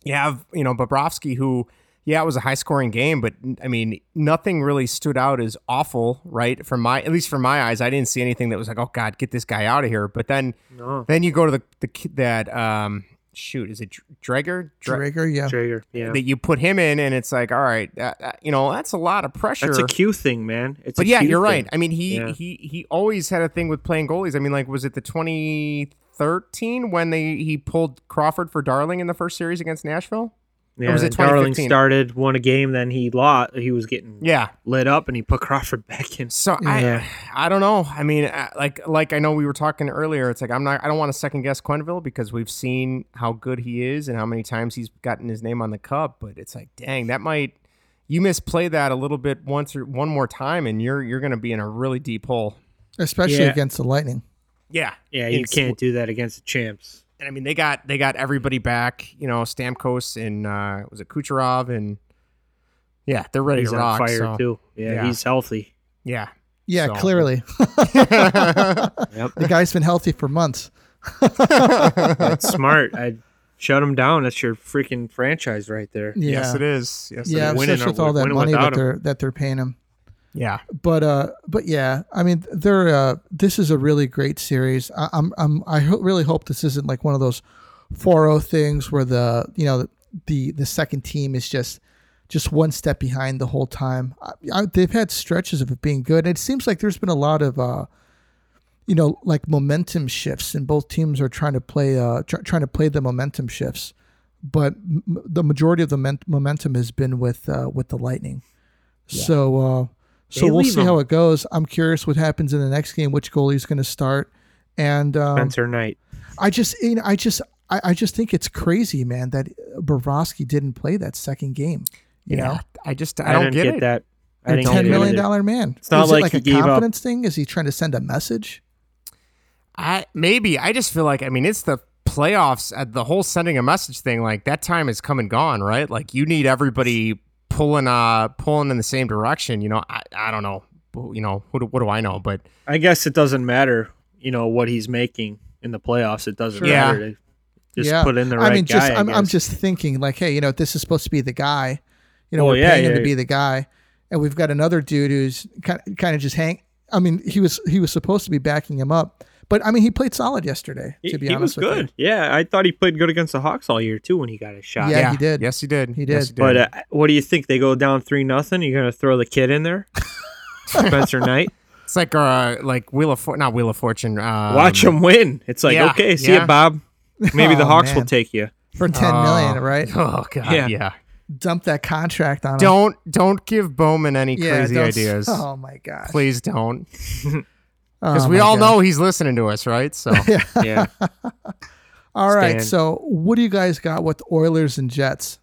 Speaker 3: you have you know Bobrovsky, who yeah, it was a high scoring game, but I mean, nothing really stood out as awful, right? From my at least from my eyes, I didn't see anything that was like, oh God, get this guy out of here. But then
Speaker 2: No.
Speaker 3: then you go to the the kid that um, shoot, is it Dreger? Dre-
Speaker 1: Drager, yeah,
Speaker 2: Jaeger. Yeah.
Speaker 3: that you put him in, and it's like, all right, uh, uh, you know, that's a lot of pressure
Speaker 2: That's a Q thing, man. It's
Speaker 3: but
Speaker 2: a
Speaker 3: yeah,
Speaker 2: Q
Speaker 3: you're
Speaker 2: thing.
Speaker 3: right. I mean, he
Speaker 2: Yeah.
Speaker 3: he he always had a thing with playing goalies. I mean, like was it the 2013 when they he pulled Crawford for Darling in the first series against Nashville?
Speaker 2: Yeah,
Speaker 3: was
Speaker 2: was
Speaker 3: it
Speaker 2: Darling
Speaker 3: 2015?
Speaker 2: started, won a game, then he lost. He was getting
Speaker 3: Yeah.
Speaker 2: lit up, and he put (laughs) Crawford back in.
Speaker 3: So
Speaker 2: Yeah.
Speaker 3: I I don't know. I mean, I- like like I know we were talking earlier. It's like I'm not. I don't want to second guess Quenville because we've seen how good he is and how many times he's gotten his name on the cup. But it's like, dang, that might. You misplay that a little bit once or one more time, and you're you're going to be in a really deep hole.
Speaker 1: especially
Speaker 2: Yeah.
Speaker 1: against the Lightning.
Speaker 3: Yeah,
Speaker 2: Yeah, you
Speaker 3: It's-
Speaker 2: can't do that against the champs.
Speaker 3: and I mean they got they got everybody back. You know, Stamkos and uh, was it Kucherov and yeah, they're ready
Speaker 2: He's
Speaker 3: to
Speaker 2: on
Speaker 3: rock.
Speaker 2: fire
Speaker 3: so,
Speaker 2: too. Yeah,
Speaker 3: yeah.
Speaker 2: he's healthy.
Speaker 3: Yeah,
Speaker 1: Yeah,
Speaker 2: (laughs)
Speaker 3: So-
Speaker 1: clearly
Speaker 3: (laughs)
Speaker 2: Yep,
Speaker 1: the guy's been healthy for months.
Speaker 2: that's smart. I shut him down. That's your freaking franchise right there.
Speaker 1: Yeah,
Speaker 3: yes it is. Yes,
Speaker 1: yeah,
Speaker 3: it is.
Speaker 2: winning
Speaker 1: especially with
Speaker 2: or-
Speaker 1: all that
Speaker 2: winning
Speaker 1: money
Speaker 2: without
Speaker 1: that
Speaker 2: him.
Speaker 1: they're that they're paying him.
Speaker 3: yeah,
Speaker 1: but uh but yeah i mean they're uh this is a really great series I, i'm i'm i ho- really hope this isn't like one of those 4-0 things where the you know the the second team is just just one step behind the whole time I, I, they've had stretches of it being good it seems like there's been a lot of uh you know like momentum shifts and both teams are trying to play uh tr- trying to play the momentum shifts but m- m- the majority of the men- momentum has been with uh with the lightning so uh so
Speaker 2: They
Speaker 1: we'll
Speaker 2: leave
Speaker 1: see
Speaker 2: 'em.
Speaker 1: how it goes. I'm curious what happens in the next game, which goalie's going to start, and um,
Speaker 2: Spencer Knight.
Speaker 1: I just, you know, I just, I, I just think it's crazy, man, that Bobrovsky didn't play that second game. You know,
Speaker 3: I just
Speaker 2: I,
Speaker 3: I, don't
Speaker 2: didn't
Speaker 3: get,
Speaker 2: get,
Speaker 3: it.
Speaker 2: that. I
Speaker 1: You're
Speaker 2: didn't
Speaker 1: ten
Speaker 2: get
Speaker 1: million
Speaker 2: it either.
Speaker 1: dollar man. It's
Speaker 2: not
Speaker 1: Is
Speaker 2: like
Speaker 1: it like
Speaker 2: he
Speaker 1: a
Speaker 2: gave up.
Speaker 1: confidence thing? Is he trying to send a message?
Speaker 3: I maybe I just feel like I mean it's the playoffs at the whole sending a message thing. Like that time has come and gone, right? Like you need everybody pulling uh pulling in the same direction. You know, I I don't know. You know, who do, what do I know? But
Speaker 2: I guess it doesn't matter. You know what he's making in the playoffs. It doesn't
Speaker 3: Sure. Yeah.
Speaker 2: matter. They Just put in the right
Speaker 1: I mean,
Speaker 2: guy.
Speaker 1: just
Speaker 2: I
Speaker 1: I'm, I'm
Speaker 2: guess.
Speaker 1: just thinking like, hey, you know, this is supposed to be the guy. You know,
Speaker 2: Well,
Speaker 1: we're
Speaker 2: yeah,
Speaker 1: paying him
Speaker 2: yeah,
Speaker 1: to be the guy, and we've got another dude who's kind of, kind of just hang. I mean, he was he was supposed to be backing him up, but I mean, he played solid yesterday.
Speaker 2: He-
Speaker 1: To be
Speaker 2: he
Speaker 1: honest,
Speaker 2: was
Speaker 1: with
Speaker 2: good. Yeah, I thought he played good against the Hawks all year too when he got his shot. uh,
Speaker 1: Yeah, he did.
Speaker 3: Yes, he did.
Speaker 1: He
Speaker 3: Yes,
Speaker 1: did.
Speaker 3: he did.
Speaker 1: (laughs)
Speaker 2: But uh, what do you think? They go down three nothing. You're gonna throw the kid in there? Spencer Knight.
Speaker 3: It's like uh, like Wheel of For- not Wheel of Fortune. Um,
Speaker 2: Watch them win. It's like,
Speaker 3: yeah,
Speaker 2: okay, see
Speaker 3: yeah.
Speaker 2: it, Bob. Maybe the
Speaker 1: Oh,
Speaker 2: Hawks will
Speaker 1: man.
Speaker 2: take you.
Speaker 1: for ten million, right?
Speaker 3: Oh god,
Speaker 2: Yeah.
Speaker 3: yeah.
Speaker 1: Dump that contract on him.
Speaker 3: Don't don't give Bowman any
Speaker 1: yeah,
Speaker 3: crazy
Speaker 1: don't-
Speaker 3: ideas.
Speaker 1: Oh my gosh.
Speaker 3: Please don't,
Speaker 1: Oh
Speaker 3: because we
Speaker 1: my
Speaker 3: all
Speaker 1: God.
Speaker 3: know he's listening to us, right?
Speaker 1: (laughs)
Speaker 3: So
Speaker 2: (laughs) Yeah.
Speaker 1: All right,
Speaker 2: Stan.
Speaker 1: so what do you guys got with Oilers and Jets?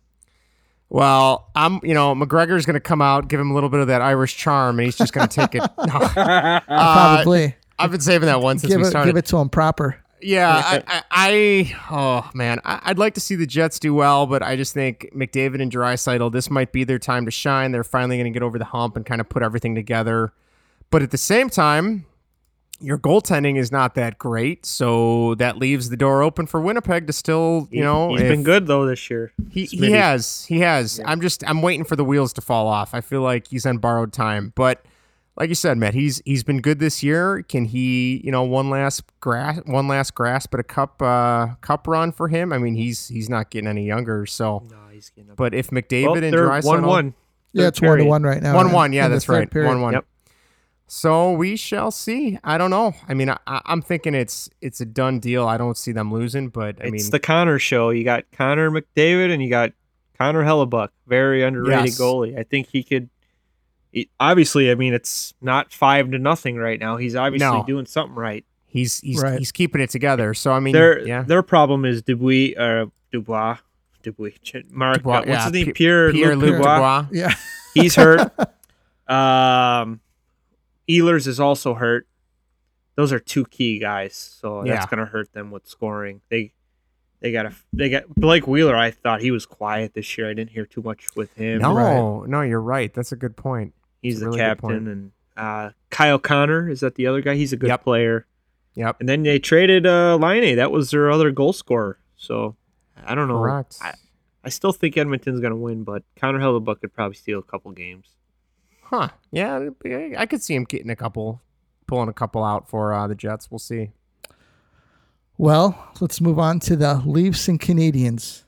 Speaker 3: Well, I'm, you know, McGregor's going to come out, give him a little bit of that Irish charm, and he's just going
Speaker 1: (laughs)
Speaker 3: to take it. (laughs) No. Uh,
Speaker 1: Probably
Speaker 3: I've been saving that one since
Speaker 1: give
Speaker 3: we
Speaker 1: it
Speaker 3: started.
Speaker 1: give it to them proper.
Speaker 3: yeah, I,
Speaker 2: uh,
Speaker 3: I, I, oh man, I, I'd like to see the Jets do well, but I just think McDavid and Drysaitel, this might be their time to shine. They're finally going to get over the hump and kind of put everything together. But at the same time, your goaltending is not that great, so that leaves the door open for Winnipeg to still, you know,
Speaker 2: he's been
Speaker 3: if-
Speaker 2: good though this year.
Speaker 3: he, he
Speaker 2: Smitty.
Speaker 3: has. He has. I'm just I'm waiting for the wheels to fall off. I feel like he's on borrowed time. But like you said, Matt, he's he's been good this year. Can he, you know, one last grasp one last grasp at a cup uh cup run for him? I mean, he's he's not getting any younger, so
Speaker 2: No, he's getting up.
Speaker 3: but if McDavid
Speaker 2: Well,
Speaker 3: and
Speaker 2: they're
Speaker 3: Dreisaitl
Speaker 2: one one.
Speaker 1: Yeah, it's one to one right now.
Speaker 3: one
Speaker 1: in-
Speaker 3: one, yeah,
Speaker 1: in the
Speaker 3: that's
Speaker 1: third
Speaker 3: right.
Speaker 1: period.
Speaker 3: One one.
Speaker 2: Yep.
Speaker 3: So we shall see. I don't know. I mean, I, I- I'm thinking it's it's a done deal. I don't see them losing, but I
Speaker 2: it's
Speaker 3: mean,
Speaker 2: the Connor show. You got Connor McDavid and you got Connor Hellebuck, very underrated
Speaker 3: Yes.
Speaker 2: goalie. I think he could. he- obviously, I mean, it's not five to nothing right now. He's obviously
Speaker 3: No.
Speaker 2: doing something right.
Speaker 3: he's he's
Speaker 1: Right.
Speaker 3: he's keeping it together. So I mean,
Speaker 2: their
Speaker 3: yeah,
Speaker 2: their problem is Dubuis or Dubois, Dubuis, Ch- Mark.
Speaker 3: Dubois,
Speaker 2: uh, what's
Speaker 3: yeah,
Speaker 2: his name?
Speaker 3: Pi-
Speaker 2: Pierre,
Speaker 3: Pierre
Speaker 2: Luc
Speaker 3: Luc
Speaker 2: Dubois.
Speaker 3: Dubois.
Speaker 1: Yeah,
Speaker 2: He's
Speaker 3: (laughs)
Speaker 2: hurt. um, Ehlers is also hurt. Those are two key guys, so that's
Speaker 3: Yeah.
Speaker 2: going to hurt them with scoring. They they got a they got Blake Wheeler. I thought he was quiet this year. I didn't hear too much with him.
Speaker 3: No,
Speaker 1: Right.
Speaker 3: no, you're right. That's a good point.
Speaker 2: He's
Speaker 3: It's a
Speaker 2: the
Speaker 3: really good
Speaker 2: captain,
Speaker 3: point.
Speaker 2: and uh, Kyle Connor is that the other guy? He's a good
Speaker 3: Yep.
Speaker 2: player.
Speaker 3: Yep.
Speaker 2: And then they traded uh, Line. That was their other goal scorer. So I don't know.
Speaker 3: Correct.
Speaker 2: I, I still think Edmonton's going to win, but Connor Hellebuck could probably steal a couple games.
Speaker 3: Huh. Yeah, it'd be- I could see him getting a couple, pulling a couple out for uh, the Jets. We'll see.
Speaker 1: Well, let's move on to the Leafs and Canadians.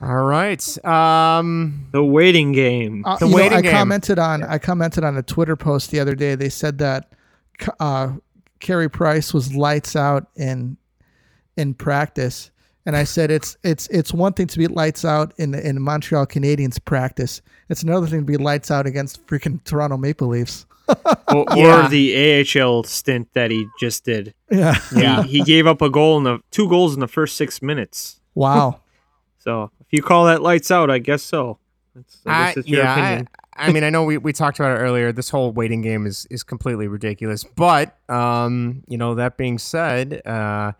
Speaker 3: All right. Um.
Speaker 2: The waiting game.
Speaker 1: Uh,
Speaker 3: The
Speaker 1: you know,
Speaker 3: waiting
Speaker 1: I
Speaker 3: game.
Speaker 1: commented on I commented on a Twitter post the other day. They said that uh, Carey Price was lights out in in practice, and I said it's it's it's one thing to be lights out in in Montreal Canadiens practice. It's another thing to be lights out against freaking Toronto Maple Leafs.
Speaker 2: or,
Speaker 3: Yeah.
Speaker 2: or the AHL stint that he just did.
Speaker 1: Yeah.
Speaker 3: (laughs) Yeah.
Speaker 2: He, he gave up a goal in the two goals in the first six minutes.
Speaker 1: (laughs) Wow.
Speaker 2: So if you call that lights out, I guess so. That's, I
Speaker 3: I,
Speaker 2: guess it's your
Speaker 3: yeah. I,
Speaker 2: opinion.
Speaker 3: I mean, I know we, we talked about it earlier. This whole waiting game is is completely ridiculous. But um, you know, that being said, uh,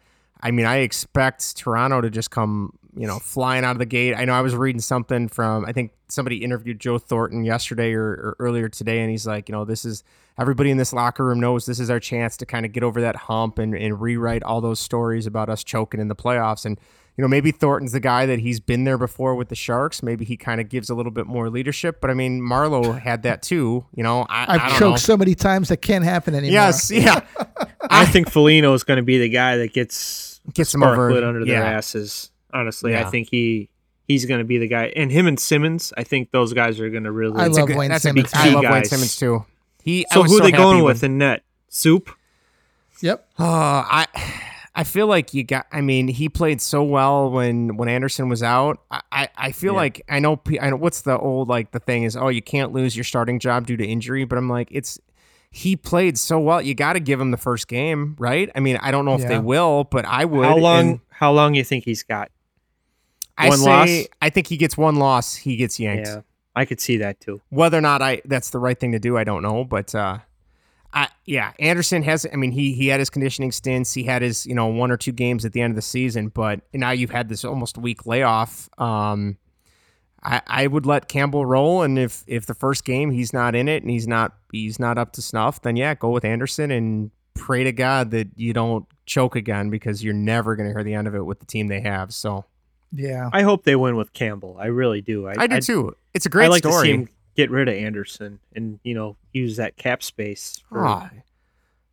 Speaker 3: I mean, I expect Toronto to just come, you know, flying out of the gate. I know I was reading something from I think somebody interviewed Joe Thornton yesterday or, or earlier today, and he's like, you know, this is everybody in this locker room knows this is our chance to kind of get over that hump and, and rewrite all those stories about us choking in the playoffs. And, you know, maybe Thornton's the guy that he's been there before with the Sharks. Maybe he kind of gives a little bit more leadership. But I mean, Marlowe had that too. You know, I, I
Speaker 1: I've
Speaker 3: don't
Speaker 1: choked
Speaker 3: know.
Speaker 1: so many times that can't happen anymore.
Speaker 3: Yes, yeah.
Speaker 2: I think Felino is going to be the guy that gets
Speaker 3: Gets them
Speaker 2: spark
Speaker 3: over.
Speaker 2: lit under their
Speaker 3: Yeah.
Speaker 2: asses. Honestly, I
Speaker 3: Yeah.
Speaker 2: think he he's going to be the guy, and him and Simmons. I think those guys are going to really.
Speaker 1: I love
Speaker 3: Good-
Speaker 1: Wayne
Speaker 3: that's
Speaker 1: Simmons.
Speaker 3: A, I
Speaker 2: Key
Speaker 3: love Wayne
Speaker 2: guys.
Speaker 3: Simmons too. He. I
Speaker 2: so
Speaker 3: was
Speaker 2: who
Speaker 3: so
Speaker 2: they going
Speaker 3: happy
Speaker 2: with
Speaker 3: when-
Speaker 2: in net? Soup.
Speaker 1: Yep.
Speaker 3: Oh, I. I feel like you got. I mean, he played so well when when Anderson was out. I I, I feel
Speaker 2: Yeah.
Speaker 3: like I know. pe- I know what's the old like the thing is. Oh, you can't lose your starting job due to injury. But I'm like, it's he played so well. You got to give him the first game, right? I mean, I don't know if
Speaker 1: Yeah.
Speaker 3: they will, but I would.
Speaker 2: How
Speaker 3: and
Speaker 2: long? How long you think he's got?
Speaker 3: I
Speaker 2: one
Speaker 3: say,
Speaker 2: loss?
Speaker 3: I think he gets one loss. He gets yanked.
Speaker 2: Yeah, I could see that too.
Speaker 3: whether or not I that's the right thing to do, I don't know. But uh, I yeah, Anderson has. I mean, he he had his conditioning stints. He had his you know one or two games at the end of the season. But now you've had this almost week layoff. Um, I I would let Campbell roll, and if if the first game he's not in it and he's not he's not up to snuff, then yeah, go with Anderson and pray to God that you don't choke again because you're never going to hear the end of it with the team they have. So
Speaker 1: Yeah.
Speaker 2: I hope they win with Campbell. I really do. I,
Speaker 3: I, do
Speaker 2: I'd-
Speaker 3: too. It's a great
Speaker 2: I like
Speaker 3: story.
Speaker 2: to see him get rid of Anderson and you know use that cap space. For,
Speaker 3: Ah.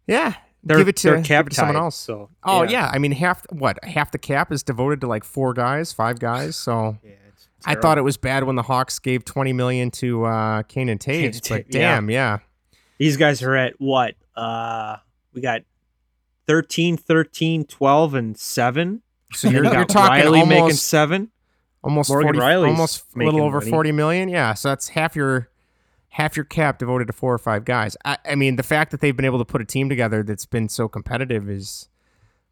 Speaker 3: yeah.
Speaker 2: They're-
Speaker 3: give it to,
Speaker 2: they're cap
Speaker 3: give it to someone
Speaker 2: tied,
Speaker 3: else.
Speaker 2: So
Speaker 3: Oh yeah. I mean half what half the cap is devoted to like four guys, five guys. So
Speaker 2: Yeah, it's
Speaker 3: I
Speaker 2: terrible.
Speaker 3: thought it was bad when the Hawks gave twenty million to uh, Kane and Taves,
Speaker 2: Kane and
Speaker 3: but
Speaker 2: Taves, yeah.
Speaker 3: damn, yeah.
Speaker 2: These guys are at what? Uh, we got 13, 13, 12, and 7.
Speaker 3: So you're,
Speaker 2: We
Speaker 3: you're
Speaker 2: got
Speaker 3: talking
Speaker 2: Riley
Speaker 3: almost,
Speaker 2: making 7.
Speaker 3: almost
Speaker 2: Morgan
Speaker 3: 40,
Speaker 2: Riley's
Speaker 3: almost a little
Speaker 2: making
Speaker 3: over
Speaker 2: money.
Speaker 3: 40 million. Yeah. So that's half your half your cap devoted to four or five guys. I, I mean, the fact that they've been able to put a team together that's been so competitive is,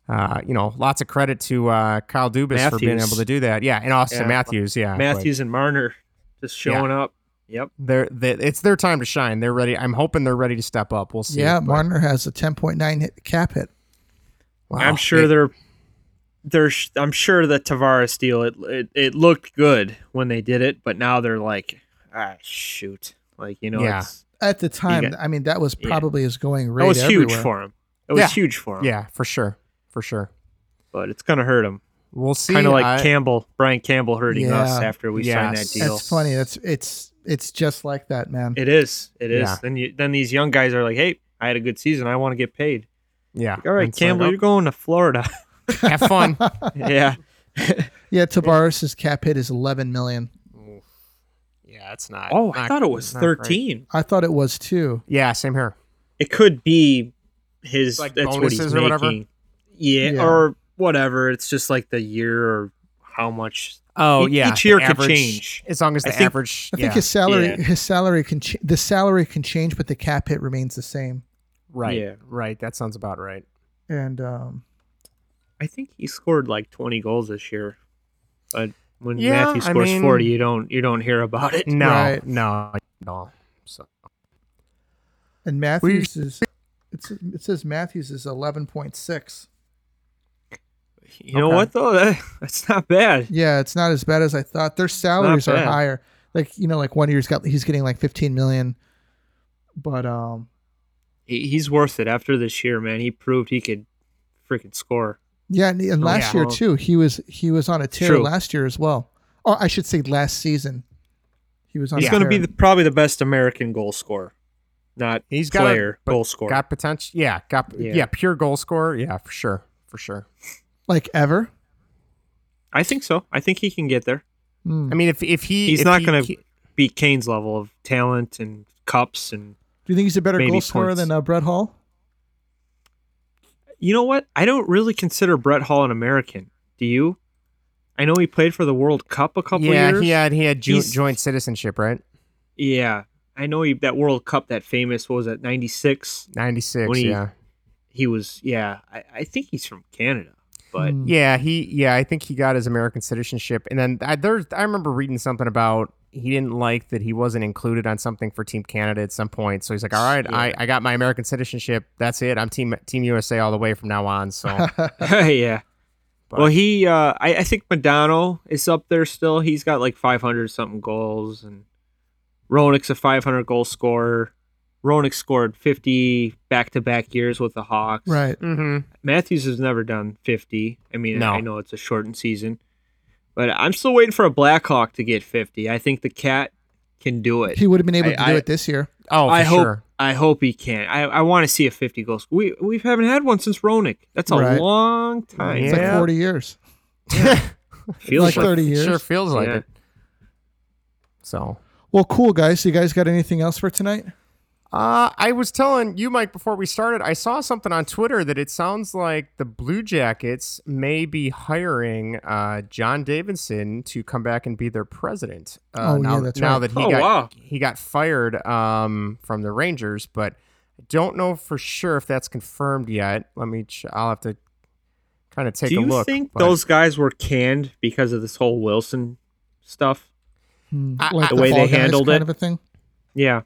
Speaker 3: uh, you know, lots of credit to uh, Kyle Dubas for being
Speaker 2: Matthews.
Speaker 3: able to do that. Yeah. And Austin
Speaker 2: Yeah.
Speaker 3: Matthews. Yeah. but
Speaker 2: Matthews and Marner just
Speaker 3: Yeah.
Speaker 2: showing up. Yep.
Speaker 3: They're, they, it's their time to shine. They're ready. I'm hoping they're ready to step up. We'll see.
Speaker 1: yeah,
Speaker 3: but-
Speaker 1: Marner has a 10.9 hit cap hit.
Speaker 3: wow.
Speaker 2: I'm sure
Speaker 3: They-
Speaker 2: they're they're sh- I'm sure the Tavares deal it, it it looked good when they did it, but now they're like, ah, shoot, like you know,
Speaker 3: Yeah.
Speaker 2: it's,
Speaker 1: At the time,
Speaker 2: got-
Speaker 1: I mean, that was
Speaker 2: Yeah.
Speaker 1: probably his going rate.
Speaker 2: that was huge
Speaker 1: everywhere.
Speaker 2: for him. It was
Speaker 3: Yeah.
Speaker 2: huge for him.
Speaker 3: Yeah, for sure. For sure.
Speaker 2: but it's gonna hurt him.
Speaker 3: We'll see.
Speaker 2: Kind of like
Speaker 3: I-
Speaker 2: Campbell, Brian Campbell hurting us
Speaker 1: Yeah.
Speaker 2: after we signed that
Speaker 3: Yes.
Speaker 2: deal.
Speaker 1: That's funny. That's it's it's just like that, man.
Speaker 2: It is. It is.
Speaker 3: Yeah.
Speaker 2: Then you then these young guys are like, hey, I had a good season. I want to get paid.
Speaker 3: Yeah.
Speaker 2: All right,
Speaker 3: And oh. so,
Speaker 2: Campbell, you're going to
Speaker 3: (laughs)
Speaker 2: Florida. (laughs)
Speaker 3: Have fun.
Speaker 2: yeah.
Speaker 1: yeah, Tavares' cap hit is 11 million.
Speaker 3: yeah, it's not.
Speaker 2: Oh, I
Speaker 3: not-
Speaker 2: thought it was
Speaker 3: not great.
Speaker 2: 13.
Speaker 1: I thought it was too.
Speaker 3: Yeah, same here.
Speaker 2: it could be his
Speaker 3: Like
Speaker 2: that's what he's
Speaker 3: bonuses or whatever?
Speaker 2: making. Yeah,
Speaker 1: Yeah.
Speaker 2: or whatever. It's just like the year or how much.
Speaker 3: Oh
Speaker 2: E-
Speaker 3: yeah,
Speaker 2: each year
Speaker 3: the
Speaker 2: could
Speaker 3: average-
Speaker 2: change.
Speaker 3: as long as
Speaker 2: I
Speaker 3: the
Speaker 2: think-
Speaker 3: average.
Speaker 1: I
Speaker 3: yeah,
Speaker 1: think his salary
Speaker 2: Yeah.
Speaker 1: his salary can ch- the salary can change, but the cap hit remains the same.
Speaker 3: right,
Speaker 2: Yeah.
Speaker 3: right. That sounds about right.
Speaker 1: And um,
Speaker 2: I think he scored like twenty goals this year, but when
Speaker 3: Yeah,
Speaker 2: Matthew
Speaker 3: I
Speaker 2: scores
Speaker 3: mean- Mm,
Speaker 2: forty, you don't you don't hear about it.
Speaker 3: No,
Speaker 1: Right.
Speaker 3: no, no. So
Speaker 1: and Matthews is it's, it says Matthews is 11.6.
Speaker 2: (laughs) You know
Speaker 3: Okay.
Speaker 2: what though? That, (laughs) that's not bad.
Speaker 1: Yeah, it's not as bad as I thought. Their salaries are
Speaker 2: bad.
Speaker 1: higher. Like you know, like one year's got he's getting like 15 million, but um,
Speaker 2: He, he's worth it after this year, man. He proved he could freaking score.
Speaker 1: yeah, and, and
Speaker 2: Oh,
Speaker 1: last
Speaker 2: yeah.
Speaker 1: year too, he was he was on a tear
Speaker 2: True.
Speaker 1: last year as well. Or I should say last season, he was on.
Speaker 2: He's
Speaker 1: a
Speaker 2: going to
Speaker 1: tear.
Speaker 2: be the, probably the best American goal scorer, not
Speaker 3: he's got a-
Speaker 2: player
Speaker 3: but
Speaker 2: goal scorer.
Speaker 3: Got potential. Yeah, got yeah.
Speaker 2: Yeah.
Speaker 3: Pure goal scorer. Yeah, for sure, for sure.
Speaker 1: like ever.
Speaker 2: I think so. I think he can get there.
Speaker 1: Hmm.
Speaker 3: I mean, if if he
Speaker 2: He's
Speaker 3: if
Speaker 2: not
Speaker 3: he
Speaker 2: gonna-
Speaker 3: ke-
Speaker 2: beat Kane's level of talent and cups and
Speaker 1: Do you think he's a better
Speaker 2: Maybe
Speaker 1: goal scorer
Speaker 2: points.
Speaker 1: than uh, Brett Hall?
Speaker 2: you know what? I don't really consider Brett Hall an American. Do you? I know he played for the World Cup a couple
Speaker 3: yeah,
Speaker 2: years.
Speaker 3: he had he had ju-
Speaker 2: He's-
Speaker 3: joint citizenship, right?
Speaker 2: Yeah. I know he that World Cup that famous what was that 96.
Speaker 3: Ninety six.
Speaker 2: When he-
Speaker 3: Yeah,
Speaker 2: He was yeah, I, I think he's from Canada. But
Speaker 1: Hmm.
Speaker 3: yeah, he yeah. I think he got his American citizenship, and then I, there I remember reading something about he didn't like that he wasn't included on something for Team Canada at some point. So he's like, all right, I, I got my American citizenship. That's it. I'm Team Team USA all the way from now
Speaker 2: (laughs)
Speaker 3: on. So
Speaker 2: yeah.
Speaker 3: Hmm. But-
Speaker 2: Well, he uh I, I think Madonna is up there still. He's got like 500 something goals and Ronick's a 500 goal scorer. Ronick scored 50 back-to-back years with the Hawks.
Speaker 1: Right.
Speaker 3: hmm
Speaker 2: Matthews has never done 50. I mean,
Speaker 3: No.
Speaker 2: I know it's a shortened season, but I'm still waiting for a Blackhawk to get 50. I think the cat can do it.
Speaker 1: He would have been able
Speaker 2: I-
Speaker 1: to
Speaker 2: I-
Speaker 1: do it this year.
Speaker 3: oh, for
Speaker 2: I hope.
Speaker 3: sure.
Speaker 2: I hope he can. I, I want to see a 50 goal. sc- We we haven't had one since Ronick. That's a
Speaker 1: Right.
Speaker 2: long time.
Speaker 1: It's
Speaker 3: Yeah.
Speaker 1: like 40 years.
Speaker 2: Feels
Speaker 1: like
Speaker 2: like,
Speaker 1: 30 years.
Speaker 3: Sure feels like
Speaker 2: Yeah.
Speaker 3: it. So
Speaker 1: Well, cool guys. You guys got anything else for tonight?
Speaker 3: Uh, I was telling you, Mike, before we started, I saw something on Twitter that it sounds like the Blue Jackets may be hiring uh, John Davidson to come back and be their president. Uh,
Speaker 1: Oh,
Speaker 3: now,
Speaker 1: yeah, that's right.
Speaker 3: now that he
Speaker 2: Oh,
Speaker 3: got
Speaker 2: wow.
Speaker 3: he got fired um, from the Rangers, but I don't know for sure if that's confirmed yet. Let me. Ch- I'll have to kind of take
Speaker 2: do
Speaker 3: a
Speaker 2: you
Speaker 3: look.
Speaker 2: think
Speaker 3: but-
Speaker 2: those guys were canned because of this whole Wilson stuff?
Speaker 1: Hmm,
Speaker 3: I- I-
Speaker 1: Like
Speaker 3: The
Speaker 2: way
Speaker 1: Fall
Speaker 2: they
Speaker 1: Guys
Speaker 2: handled
Speaker 1: kind
Speaker 2: it.
Speaker 1: of a thing.
Speaker 2: Yeah.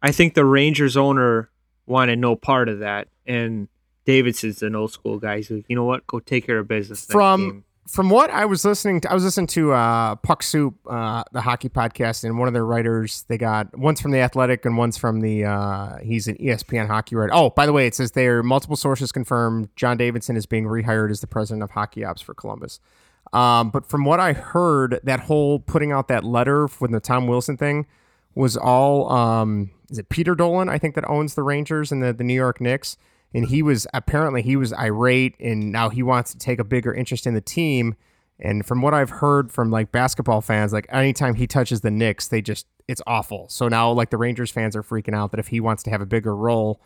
Speaker 2: I think the Rangers owner wanted no part of that. And Davidson's an old school guy. He's like, you know what? Go take care of business. next
Speaker 3: From-
Speaker 2: game."
Speaker 3: from what I was listening to, I was listening to uh, Puck Soup, uh, the hockey podcast, and one of their writers, they got one's from the Athletic and one's from the, uh, he's an ESPN hockey writer. Oh, by the way, it says there multiple sources confirm John Davidson is being rehired as the president of hockey ops for Columbus. Um, but from what I heard, that whole putting out that letter from the Tom Wilson thing was all, um, is it Peter Dolan, I think, that owns the Rangers and the, the New York Knicks? And he was apparently he was irate, and now he wants to take a bigger interest in the team And from what I've heard from like basketball fans, like anytime he touches the Knicks, they just it's awful. So now like the Rangers fans are freaking out that if he wants to have a bigger role,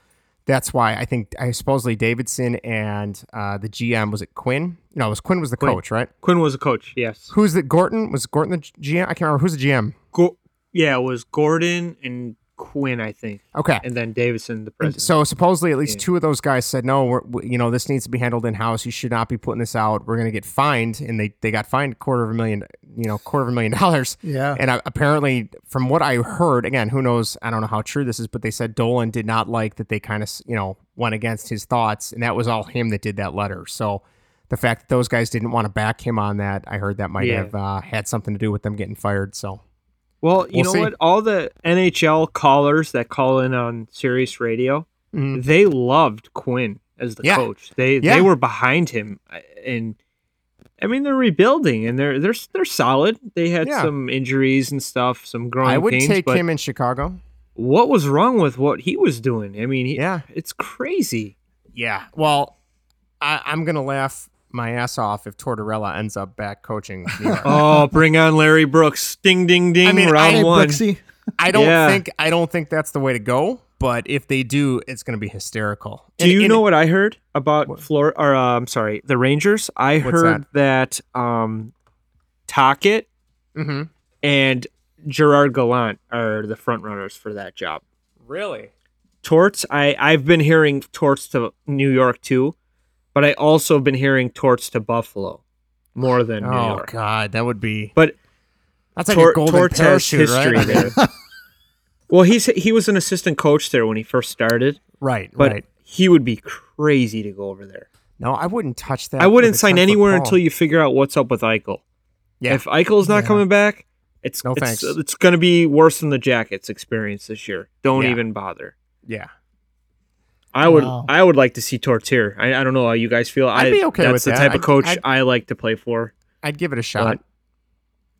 Speaker 3: that's why I think I supposedly Davidson and uh, the GM was it Quinn? No, it was Quinn was the
Speaker 2: Quinn.
Speaker 3: coach, right?
Speaker 2: Quinn was a coach. Yes.
Speaker 3: Who's the Gorton? Was Gorton the GM? I can't remember who's the GM.
Speaker 2: Go- yeah, it was Gordon and Quinn, I think,
Speaker 3: Okay,
Speaker 2: and then Davison, the
Speaker 3: And
Speaker 2: president.
Speaker 3: So supposedly, at least
Speaker 2: Yeah.
Speaker 3: two of those guys said, "No, we're, we- you know, this needs to be handled in house. You should not be putting this out. We're going to get fined." And they they got fined quarter of a million, you know, quarter of a million (laughs) dollars.
Speaker 1: Yeah.
Speaker 3: And I, apparently, from what I heard, again, who knows? I don't know how true this is, but they said Dolan did not like that they kind of you know went against his thoughts, and that was all him that did that letter. So the fact that those guys didn't want to back him on that, I heard that might
Speaker 2: Yeah.
Speaker 3: have uh, had something to do with them getting fired. So
Speaker 2: well, you
Speaker 3: we'll
Speaker 2: know
Speaker 3: see.
Speaker 2: what? All the NHL callers that call in on Sirius Radio,
Speaker 3: mm,
Speaker 2: they loved Quinn as the
Speaker 3: Yeah.
Speaker 2: coach. They
Speaker 3: Yeah.
Speaker 2: they were behind him, I- and I mean they're rebuilding and they're they're they're solid. They had
Speaker 3: Yeah.
Speaker 2: some injuries and stuff, some growing
Speaker 3: I would
Speaker 2: pains.
Speaker 3: take
Speaker 2: but
Speaker 3: him in Chicago.
Speaker 2: what was wrong with what he was doing? I mean, he,
Speaker 3: Yeah.
Speaker 2: it's
Speaker 3: (laughs)
Speaker 2: crazy.
Speaker 3: Yeah. Well, I, I'm gonna laugh my ass off if Tortorella ends up back coaching.
Speaker 2: (laughs)
Speaker 3: New York.
Speaker 2: Oh, bring on Larry Brooks! Ding ding ding!
Speaker 3: I mean,
Speaker 2: round
Speaker 1: Hey,
Speaker 2: one.
Speaker 1: Brooksy,
Speaker 3: I don't
Speaker 2: yeah.
Speaker 3: think I don't think that's the way to go. But if they do, it's gonna be hysterical.
Speaker 2: Do
Speaker 3: And-
Speaker 2: you
Speaker 3: and-
Speaker 2: know what I heard about
Speaker 3: What?
Speaker 2: Flor or uh, I'm sorry, the Rangers? I
Speaker 3: What's
Speaker 2: heard that, um Tockett
Speaker 3: Mhm.
Speaker 2: and Gerard Gallant are the front runners for that job.
Speaker 3: Really?
Speaker 2: Torts, I I've been hearing Torts to New York too, but I also been hearing Torts to Buffalo more than New
Speaker 3: Oh
Speaker 2: York.
Speaker 3: God, that would be.
Speaker 2: But
Speaker 3: That's like
Speaker 2: Tor-
Speaker 3: a golden
Speaker 2: Torts has
Speaker 3: parachute,
Speaker 2: history
Speaker 3: right?
Speaker 2: there. well, he's he was an assistant coach there when he first started,
Speaker 3: (laughs) right.
Speaker 2: but
Speaker 3: right.
Speaker 2: he would be crazy to go over there.
Speaker 3: No, I wouldn't touch that.
Speaker 2: I wouldn't
Speaker 3: with a
Speaker 2: sign
Speaker 3: 10-foot
Speaker 2: anywhere
Speaker 3: pole.
Speaker 2: until you figure out what's up with Eichel.
Speaker 3: Yeah.
Speaker 2: If Eichel's not
Speaker 1: Yeah.
Speaker 2: coming back, it's
Speaker 3: No
Speaker 2: it's,
Speaker 3: thanks.
Speaker 2: it's going to be worse than the Jackets' experience this year. Don't
Speaker 3: Yeah.
Speaker 2: even bother.
Speaker 3: Yeah.
Speaker 2: I would
Speaker 1: Wow.
Speaker 2: I would like to see Torts here. I, I don't know how you guys feel.
Speaker 3: I'd
Speaker 2: I,
Speaker 3: be okay
Speaker 2: that's
Speaker 3: with
Speaker 2: the
Speaker 3: that.
Speaker 2: type of
Speaker 3: I'd-
Speaker 2: coach
Speaker 3: I'd-
Speaker 2: I like to play for.
Speaker 3: I'd give it a shot.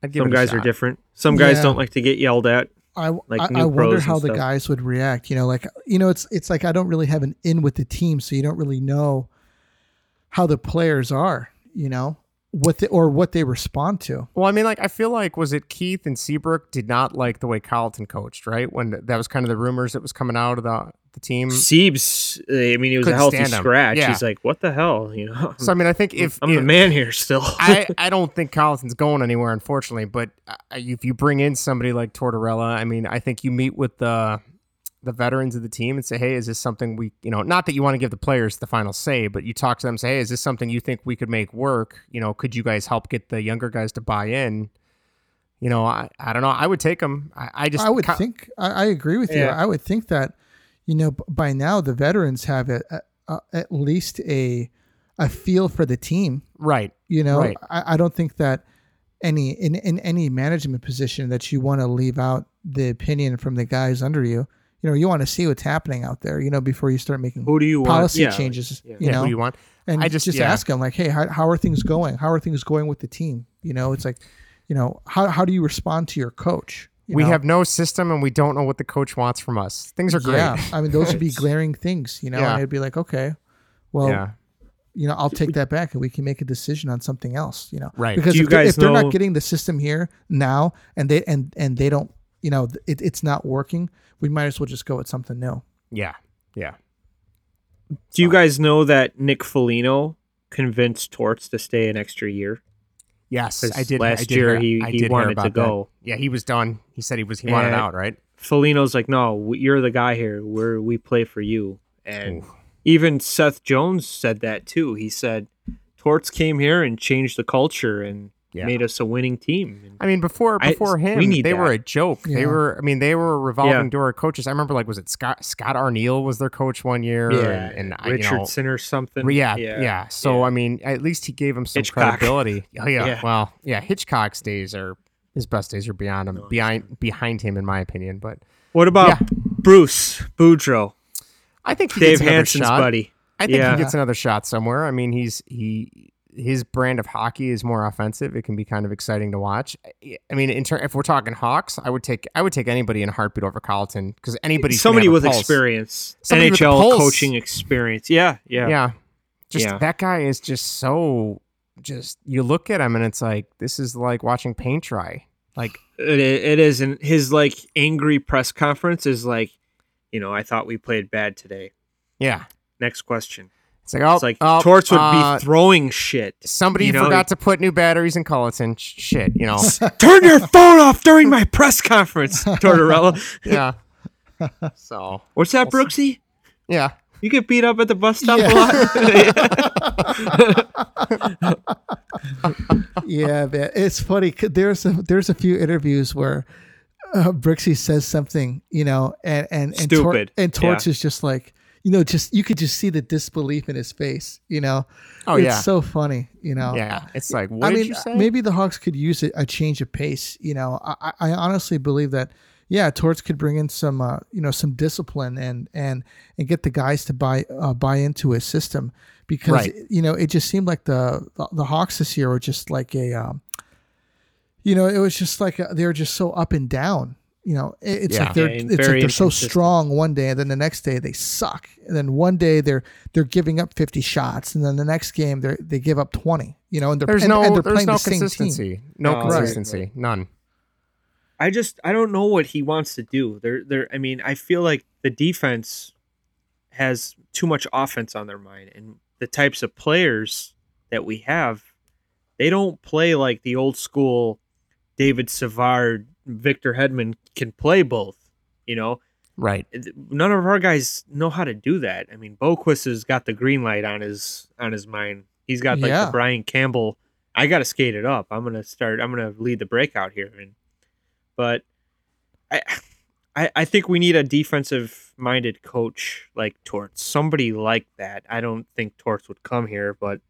Speaker 3: I'd give
Speaker 2: Some
Speaker 3: it a
Speaker 2: guys are
Speaker 3: shot.
Speaker 2: different. Some guys
Speaker 1: Yeah.
Speaker 2: don't like to get yelled at.
Speaker 1: I,
Speaker 2: Like
Speaker 1: I,
Speaker 2: new
Speaker 1: I wonder
Speaker 2: pros and
Speaker 1: how the
Speaker 2: stuff.
Speaker 1: guys would react. You know, like you know, it's it's like I don't really have an in with the team, so you don't really know how the players are. You know what the, or what they respond to.
Speaker 3: Well, I mean, like I feel like was it Keith and Seabrook did not like the way Colleton coached, right? When th- that was kind of the rumors that was coming out of the the team.
Speaker 2: Siebes, uh, I mean, he was a
Speaker 3: Mm. Couldn't
Speaker 2: healthy
Speaker 3: stand him.
Speaker 2: scratch.
Speaker 3: Yeah.
Speaker 2: He's like, what the hell, (laughs) you know?
Speaker 3: So I mean, I think if,
Speaker 2: I'm the
Speaker 3: if-
Speaker 2: man here still.
Speaker 3: (laughs) I I don't think Colleton's going anywhere, unfortunately. But uh, if you bring in somebody like Tortorella, I mean, I think you meet with the the veterans of the team and say, hey, is this something we, you know, not that you want to give the players the final say, but you talk to them, and say, hey, is this something you think we could make work? You know, could you guys help get the younger guys to buy in? You know, I, I don't know. I would take them. I, I just
Speaker 1: I would
Speaker 3: Co-
Speaker 1: think I, I agree with you.
Speaker 2: Yeah.
Speaker 1: I would think that you know b- by now the veterans have a, a, at least a a feel for the team.
Speaker 3: right.
Speaker 1: You know,
Speaker 3: Right.
Speaker 1: I, I don't think that any in, in any management position that you want to leave out the opinion from the guys under you. You know, you want to see what's happening out there. You know, before you start making
Speaker 2: (laughs) Who do you want?
Speaker 1: policy
Speaker 2: Yeah, like-
Speaker 1: changes.
Speaker 2: yeah.
Speaker 1: You
Speaker 3: yeah,
Speaker 1: know,
Speaker 3: who you want.
Speaker 1: and
Speaker 3: I
Speaker 1: just,
Speaker 3: just-
Speaker 1: just
Speaker 3: yeah.
Speaker 1: ask them like, hey, how, how are things going? How are things going with the team? You know, it's like, you know, how how do you respond to your coach? You
Speaker 3: we
Speaker 1: know?
Speaker 3: have no system and we don't know what the coach wants from us. Things are great.
Speaker 1: Yeah,
Speaker 3: Yeah.
Speaker 1: I mean, those would
Speaker 3: (laughs)
Speaker 1: be
Speaker 2: It's-
Speaker 1: glaring things, you know.
Speaker 3: Yeah.
Speaker 1: And it'd be like, okay, well, you know, I'll take that back, and we can make a decision on something else, you know.
Speaker 3: Right.
Speaker 1: Because
Speaker 2: Do you
Speaker 1: if, they-
Speaker 2: guys
Speaker 1: if they're
Speaker 2: know-
Speaker 1: not getting the system here now, and they and and they don't, you know, th- it, it's not working, we might as well just go with something new.
Speaker 2: (laughs)
Speaker 3: yeah. Yeah.
Speaker 2: Do you guys know that Nick Foligno convinced Torts to stay an extra year?
Speaker 3: Yes,
Speaker 2: 'Cause
Speaker 3: I did.
Speaker 2: last
Speaker 3: I did
Speaker 2: year
Speaker 3: hear-
Speaker 2: he-
Speaker 3: I
Speaker 2: he
Speaker 3: did hear
Speaker 2: wanted to
Speaker 3: about that.
Speaker 2: go.
Speaker 3: Yeah, he was done. He said he was he wanted
Speaker 2: And-
Speaker 3: out, right?
Speaker 2: Felino's like, no, w- you're the guy here. We're we play for you. And even Seth Jones said that too. He said, Torts came here and changed the culture and
Speaker 3: Yeah.
Speaker 2: made us a winning team. And
Speaker 3: I mean, before
Speaker 2: I-
Speaker 3: before him,
Speaker 2: we need
Speaker 3: they were
Speaker 2: that.
Speaker 3: a joke. They
Speaker 1: Yeah.
Speaker 3: were. I mean, they were a revolving
Speaker 2: Yeah.
Speaker 3: door of coaches. I remember, like, was it Scott Scott Arneal was their coach one year? and, and I-
Speaker 2: Richardson or something.
Speaker 3: You know, yeah, yeah, So
Speaker 2: yeah.
Speaker 3: I mean, at least he gave him some
Speaker 2: Hitchcock. (laughs)
Speaker 3: credibility. Oh yeah,
Speaker 2: Yeah.
Speaker 3: Well, yeah. Hitchcock's days are his best days are beyond him, behind behind him, in my opinion. But
Speaker 2: What about
Speaker 3: Yeah.
Speaker 2: Bruce Boudreaux,
Speaker 3: I think he
Speaker 2: Dave
Speaker 3: gets another
Speaker 2: Hanson's
Speaker 3: shot.
Speaker 2: buddy?
Speaker 3: I think
Speaker 2: Yeah.
Speaker 3: he gets another shot somewhere. I mean, he's he his brand of hockey is more offensive. It can be kind of exciting to watch. I- I mean, in ter- if we're talking Hawks, I would take I would take anybody in a heartbeat over Colleton because anybody
Speaker 2: Somebody with
Speaker 3: experience.
Speaker 2: experience,
Speaker 3: Somebody with a
Speaker 2: NHL
Speaker 3: pulse.
Speaker 2: coaching experience. Yeah, yeah.
Speaker 3: Yeah. Just
Speaker 2: Yeah.
Speaker 3: that guy is just so just you look at him and it's like this is like watching paint dry. Like
Speaker 2: It, it is, and his like angry press conference is like, you know, I thought we played bad today.
Speaker 3: yeah,
Speaker 2: Next question.
Speaker 3: it's like oh,
Speaker 2: it's like
Speaker 3: oh,
Speaker 2: Torts would
Speaker 3: uh,
Speaker 2: be throwing shit.
Speaker 3: somebody
Speaker 2: you know,
Speaker 3: forgot to put new batteries in Culleton. Sh- Shit, you know.
Speaker 2: (laughs) (laughs) Turn your phone off during my press (laughs) conference, Tortorella.
Speaker 3: yeah. So
Speaker 2: What's that, Brooksy?
Speaker 3: yeah.
Speaker 2: You get beat up at the bus stop
Speaker 1: Yeah.
Speaker 2: a lot. (laughs)
Speaker 1: yeah, man. It's funny. 'cause There's a, there's a few interviews where uh, Brixie says something, you know, and and and, Tor-
Speaker 2: Stupid.
Speaker 1: and Torch
Speaker 2: Yeah.
Speaker 1: is just like, you know, just you could just see the disbelief in his face, you know.
Speaker 3: Oh,
Speaker 1: it's
Speaker 3: yeah.
Speaker 1: so funny, you know.
Speaker 3: Yeah. It's like what
Speaker 1: I
Speaker 3: did
Speaker 1: mean, uh,
Speaker 3: you say?
Speaker 1: maybe the Hawks could use a, a change of pace. You know, I, I I honestly believe that. Yeah, Torts could bring in some, uh, you know, some discipline and and and get the guys to buy uh, buy into his system because
Speaker 3: Right.
Speaker 1: you know it just seemed like the, the the Hawks this year were just like a, um, you know, it was just like uh they were just so up and down. You know, it, it's
Speaker 3: Yeah.
Speaker 1: like they're
Speaker 2: Yeah, and
Speaker 1: it's like
Speaker 2: very
Speaker 1: they're so
Speaker 2: inconsistent.
Speaker 1: strong one day, and then the next day they suck, and then one day they're they're giving up fifty shots, and then the next game they they give up twenty. You know, and they're
Speaker 3: there's
Speaker 1: and,
Speaker 3: no
Speaker 1: and they're
Speaker 3: there's
Speaker 1: playing
Speaker 3: no
Speaker 1: the same team.
Speaker 3: consistency. No
Speaker 2: No,
Speaker 1: right.
Speaker 3: consistency. None.
Speaker 2: I just I don't know what he wants to do. There there I mean, I feel like the defense has too much offense on their mind and the types of players that we have, they don't play like the old school David Savard, Victor Hedman can play both, you know?
Speaker 3: Right.
Speaker 2: none of our guys know how to do that. I mean, Boquist has got the green light on his on his mind. He's got like
Speaker 1: Yeah.
Speaker 2: the Brian Campbell. I got to skate it up. I'm gonna start. I'm gonna lead the breakout here. And but I, I I think we need a defensive minded coach like Torts. Somebody like that. I don't think Torts would come here, but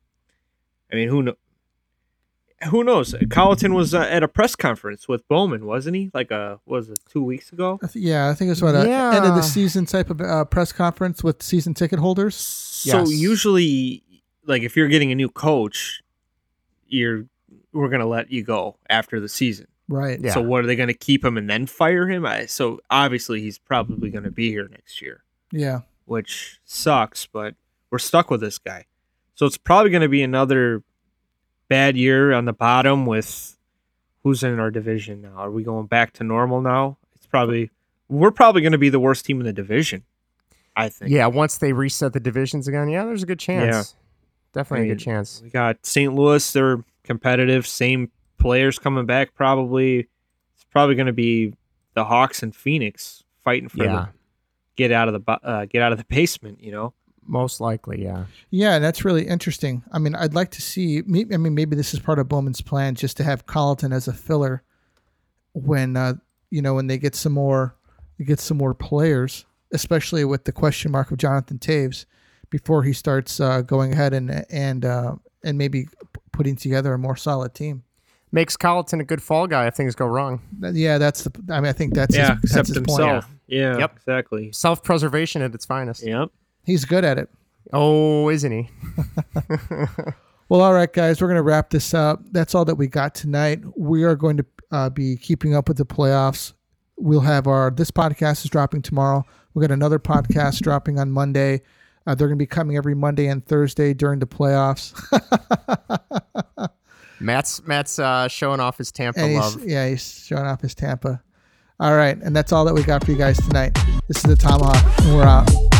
Speaker 2: I mean, who knows? Who knows? Colleton was uh, at a press conference with Bowman, wasn't he? Like a what was it two weeks ago?
Speaker 1: I th- Yeah, I think it was what a
Speaker 3: Yeah.
Speaker 1: end of the season type of uh, press conference with season ticket holders.
Speaker 2: So
Speaker 3: Yes.
Speaker 2: usually, like if you're getting a new coach, you're we're gonna let you go after the season.
Speaker 1: Right.
Speaker 3: Yeah.
Speaker 2: So what are they gonna keep him and then fire him? I, so obviously he's probably gonna be here next year,
Speaker 1: Yeah.
Speaker 2: which sucks. But we're stuck with this guy. So it's probably gonna be another bad year on the bottom with who's in our division now. Are we going back to normal now? It's probably we're probably gonna be the worst team in the division. I think.
Speaker 3: Yeah, once they reset the divisions again, yeah, there's a good chance. Definitely a
Speaker 2: I
Speaker 3: good chance.
Speaker 2: We got St. Louis. They're competitive. Same players coming back. Probably it's probably going to be the Hawks and Phoenix fighting for
Speaker 3: Yeah.
Speaker 2: the get out of the bo- uh, get out of the basement. You know,
Speaker 3: Most likely, yeah.
Speaker 1: Yeah, that's really interesting. I mean, I'd like to see. may- I mean, maybe this is part of Bowman's plan, just to have Colleton as a filler when uh, you know when they get some more, they get some more players, especially with the question mark of Jonathan Taves, before he starts uh, going ahead and and uh, and maybe p- putting together a more solid team.
Speaker 3: Makes Colleton a good fall guy if things go wrong.
Speaker 1: That- Yeah, that's the. I mean, I think that's his, that's his point.
Speaker 2: Yeah,
Speaker 3: Yep.
Speaker 2: exactly.
Speaker 3: Self preservation at its finest.
Speaker 2: Yep.
Speaker 1: He's good at it.
Speaker 3: Oh, isn't he?
Speaker 1: Well, all right, guys, we're going to wrap this up. That's all that we got tonight. We are going to uh, be keeping up with the playoffs. We'll have our this podcast is dropping tomorrow. We got another podcast dropping on Monday. Uh, they're going to be coming every Monday and Thursday during the playoffs.
Speaker 3: Matt's Matt's uh, showing off his Tampa
Speaker 1: and he's,
Speaker 3: love.
Speaker 1: yeah, he's showing off his Tampa. All right, and that's all that we got for you guys tonight. This is the Tomahawk, and we're out.